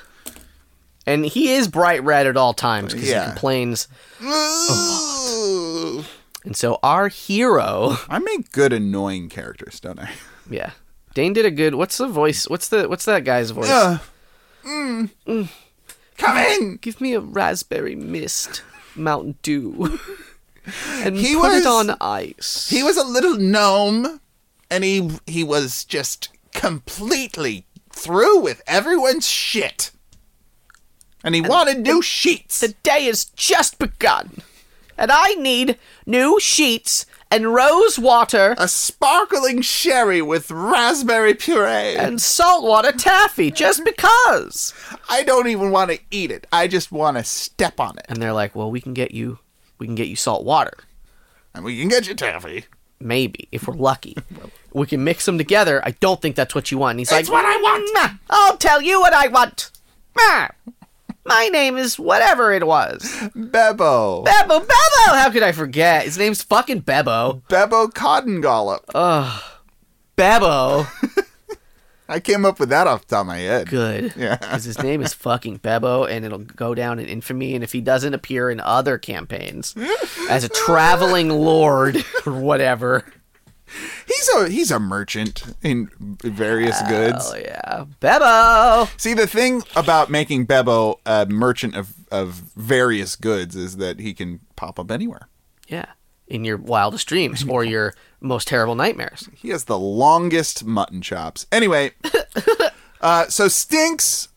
A: And he is bright red at all times because
B: Yeah.
A: he complains.
B: Ooh.
A: And so our
B: <laughs>
A: hero,
B: Oh. I make good annoying characters, don't <laughs> I?
A: yeah, Dane did a good. What's the voice? What's the what's that guy's voice?
B: Uh, Mm. Come in.
A: Give me a raspberry mist, Mountain
B: <laughs>
A: Dew, and
B: He
A: put
B: was-
A: it on ice.
B: He was a little gnome, and he he was just completely through with everyone's shit. And he wanted new sheets.
A: The day has just begun, and I need new sheets and rose water
B: a sparkling sherry with raspberry puree.
A: and saltwater taffy just because.
B: I don't even want to eat it. I just want to step on it.
A: And they're like, "Well, we can get you, we can get you salt water."
B: And we can get you taffy.
A: maybe if we're
B: <laughs>
A: lucky we can mix them together i don't think that's what you want and he's
B: That's
A: like
B: what I want.
A: "Mwah, i'll tell you what i want Mwah. my name is whatever it was
B: Bebo.
A: bebo bebo how could i forget his name's fucking bebo
B: Bebo Cotton Gollop.
A: bebo
B: I came up with that off the top of my head.
A: good
B: Yeah.
A: because his name is fucking bebo and it'll go down in infamy and if he doesn't appear in other campaigns as a traveling lord <laughs> or whatever
B: He's a he's a merchant in various goods.
A: oh yeah bebo
B: See, the thing about making Bebo a merchant of of various goods is that he can pop up anywhere.
A: Yeah. In your wildest dreams or your most terrible nightmares.
B: He has the longest mutton chops. <laughs> Anyway, uh, so Stinks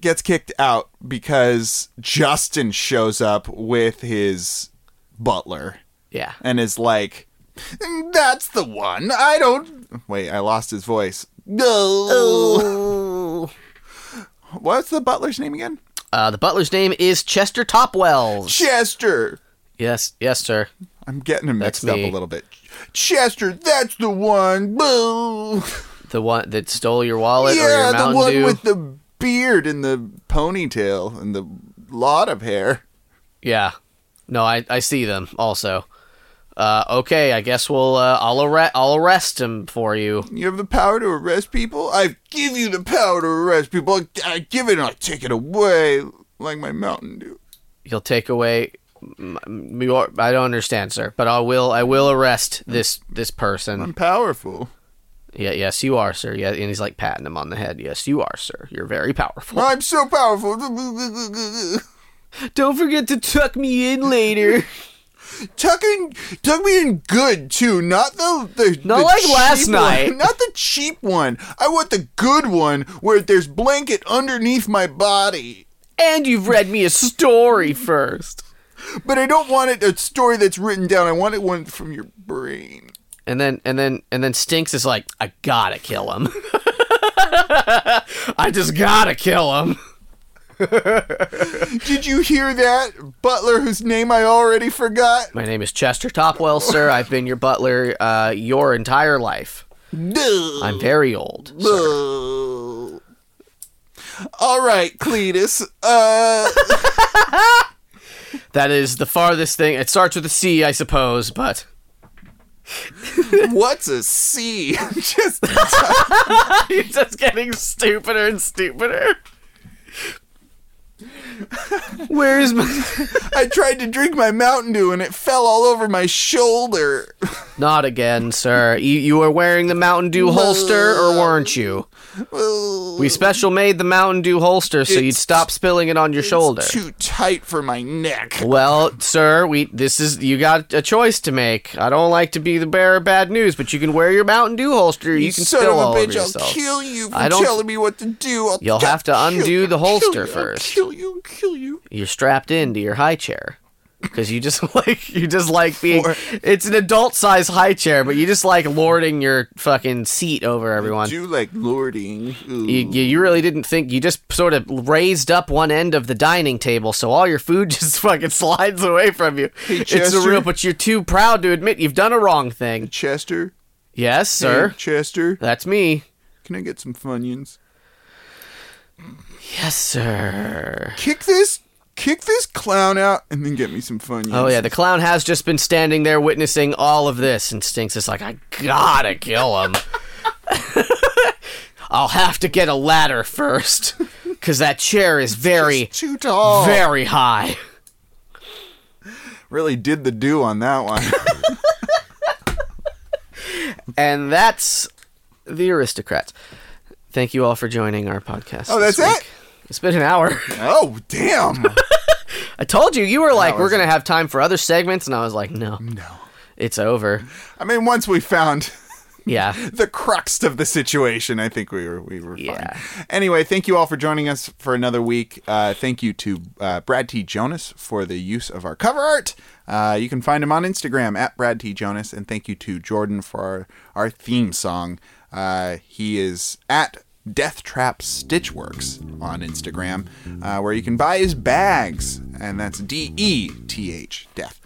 B: gets kicked out because Justin shows up with his butler
A: Yeah.
B: and is like, That's the one. I don't. Wait, I lost his voice. No.
A: Oh. Ooh.
B: What's the butler's name again?
A: Uh, the butler's name is Chester Topwells.
B: Chester.
A: Yes, yes, sir.
B: I'm getting him
A: That's
B: mixed up
A: me.
B: a little bit. Chester, that's the one. Boo.
A: The one that stole your wallet or
B: yeah,
A: your
B: the
A: Mountain
B: one
A: Dew.
B: with the beard and the ponytail and the lot of hair.
A: Yeah. No, I, I see them also. Uh, okay, I guess we'll uh, I'll arre- I'll arrest him for you.
B: You have the power to arrest people? I give you the power to arrest people. I- I give it and I take it away like my Mountain Dew.
A: He'll take away m- m- your I don't understand, sir, but I will I will arrest this this person.
B: I'm powerful.
A: Yeah, yes, you are, sir. Yeah, and he's like patting him on the head. Yes, you are, sir. You're very powerful.
B: I'm so powerful.
A: Don't forget to tuck me in later.
B: Tuck in, tuck me in good too. Not the the
A: Not
B: the
A: like
B: cheap
A: last
B: one.
A: night.
B: <laughs> Not the cheap one. I want the good one where there's blanket underneath my body.
A: <laughs> and you've read me a story first.
B: But I don't want it a story that's written down. I want it one from your brain.
A: And then and then and then Stinks is like, I gotta kill him. <laughs> I just gotta kill him.
B: Did you hear that butler whose name I already forgot?
A: My name is Chester Topwell, sir. I've been your butler uh, your entire life.
B: No.
A: I'm very old. sir.
B: No. All right, Cletus.
A: <laughs>
B: Uh,
A: That is the farthest thing. It starts with a C, I suppose, but <laughs>
B: what's a C? <laughs> Just
A: you're just getting stupider and stupider. Where is my. <laughs>
B: I tried to drink my Mountain Dew and it fell all over my shoulder.
A: Not again, sir. You, you were wearing the Mountain Dew holster, or weren't you? We special made the Mountain Dew holster so you'd
B: It's-
A: stop spilling it on your shoulder.
B: Too tight for my neck.
A: Well, sir, we this is you got a choice to make. I don't like to be the bearer of bad news, but you can wear your Mountain Dew holster. You, can
B: Son
A: spill
B: of a
A: all over
B: bitch, I'll
A: yourself.
B: kill you for
A: I don't-
B: telling me what to do. I'll
A: You'll
B: I'll
A: have to
B: kill
A: undo
B: you,
A: the
B: I'll kill
A: holster
B: you,
A: first.
B: I'll kill you, I'll kill you.
A: You're strapped into your high chair because you just <laughs> like you just like being.
B: Or-
A: It's an adult size high chair, but you just like lording your fucking seat over everyone.
B: Do like lording. Ooh.
A: You, you, you really didn't think you just sort of raised up one end of the dining table so all your food <laughs> just fucking slides away from you it's
B: Chester?
A: surreal but you're too proud to admit you've done a wrong thing
B: Chester?
A: yes sir
B: Hey, Chester,
A: That's me.
B: can I get some Funyuns?
A: Yes, sir.
B: Kick this, kick this clown out and then get me some Funyuns.
A: Oh yeah, the clown has just been standing there witnessing all of this, and Stinks is like, I gotta kill him. I'll have to get a ladder first, cause that chair is very,
B: Too tall.
A: very high.
B: really did the do on that
A: <laughs>
B: one.
A: And that's the aristocrats. Thank you all for joining our podcast.
B: Oh,
A: this
B: that's
A: week. It's been an hour. <laughs>
B: oh, damn.
A: I told you, you were like,
B: was-
A: we're gonna have time for other segments, and I was like, no,
B: no.
A: it's over.
B: I mean, once we found
A: Yeah.
B: the crux of the situation, I think we were we were
A: Yeah.
B: fine. Anyway, thank you all for joining us for another week. Uh, thank you to uh, Brad T. Jonas for the use of our cover art. Uh, you can find him on Instagram at Brad T. Jonas, and thank you to Jordan for our, our theme song. Uh, he is at Death Trap Stitchworks on Instagram, uh, where you can buy his bags, and that's D E T H Death.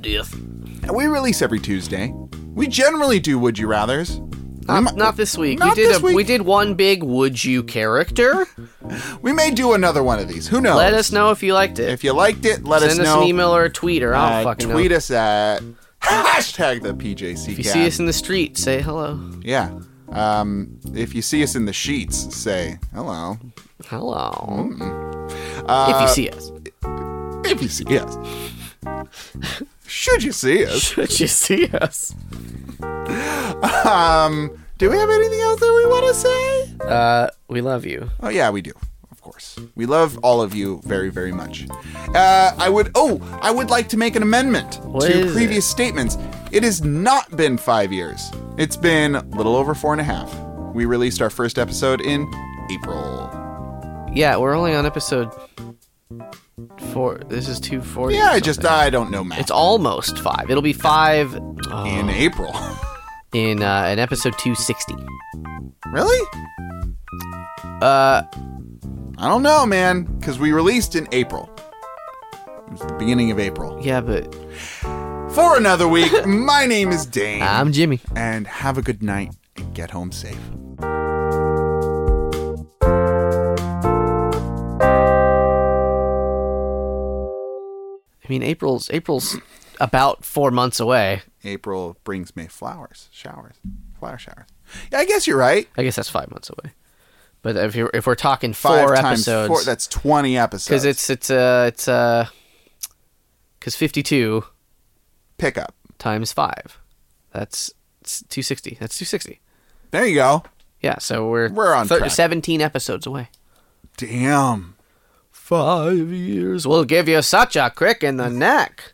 A: Death.
B: And we release every Tuesday. We generally do Would You Rathers. We
A: Not,
B: mi-
A: not this week.
B: Not
A: we did
B: this
A: a,
B: week.
A: we did one big would you character.
B: We may do another one of these. Who knows?
A: Let us know if you liked it.
B: Oh, if you liked it, let
A: Send
B: us
A: us
B: know.
A: an email or a tweet or I'll
B: Uh,
A: fucking know.
B: tweet us at <laughs> hashtag the PJC
A: If you see us in the street, say hello.
B: Yeah. Um, if you see us in the sheets, say hello.
A: Hello.
B: Mm-hmm. Uh,
A: if you see us. <laughs>
B: If you see us. Should you see us?
A: Should you see us?
B: Um, do we have anything else that we want to say?
A: Uh, we love you.
B: Oh yeah, we do. Of course. We love all of you very, very much. Uh, I would. Oh, I would like to make an amendment
A: What
B: to
A: is
B: previous statements. It has not been five years. It's been a little over four and a half. We released our first episode in April.
A: Yeah, we're only on episode four. This is two forty.
B: Yeah, I just I don't know math.
A: It's almost five. It'll be five
B: in
A: uh,
B: April. <laughs>
A: in uh, in episode two sixty.
B: really?
A: Uh,
B: I don't know, man, because we released in April. It was the beginning of April.
A: yeah, but
B: For another
A: <laughs>
B: week, my name is Dane,
A: I'm Jimmy.
B: and have a good night and get home safe.
A: I mean, April's April's about four months away.
B: April brings May flowers, showers, flower showers. Yeah, I guess you're right.
A: I guess that's five months away. But if you're, if we're talking
B: Five
A: four
B: times four,
A: episodes,
B: that's 20 episodes.
A: because it's it's uh it's uh because fifty two
B: pickup.
A: times five, that's two sixty. That's two sixty.
B: There you go.
A: Yeah, so we're
B: We're on track.
A: seventeen episodes away.
B: Damn.
A: Five years will give you such a crick in the neck.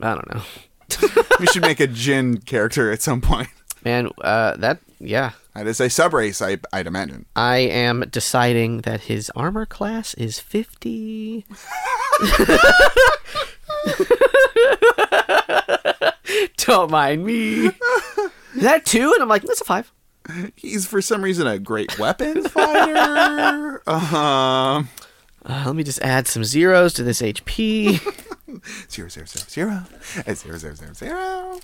A: I don't know,
B: we should make
A: <laughs>
B: a Jin character at some point.
A: man. Uh, that yeah.
B: That is a sub race, I, I'd imagine.
A: I am deciding that his armor class is 50. <laughs> Don't mind me. Is that two? And I'm like, that's a five.
B: He's for some reason a
A: <laughs>
B: great weapon fighter. um,
A: Uh, let me just add some zeros to this HP.
B: zero, zero, zero, zero, and zero, zero, zero, zero.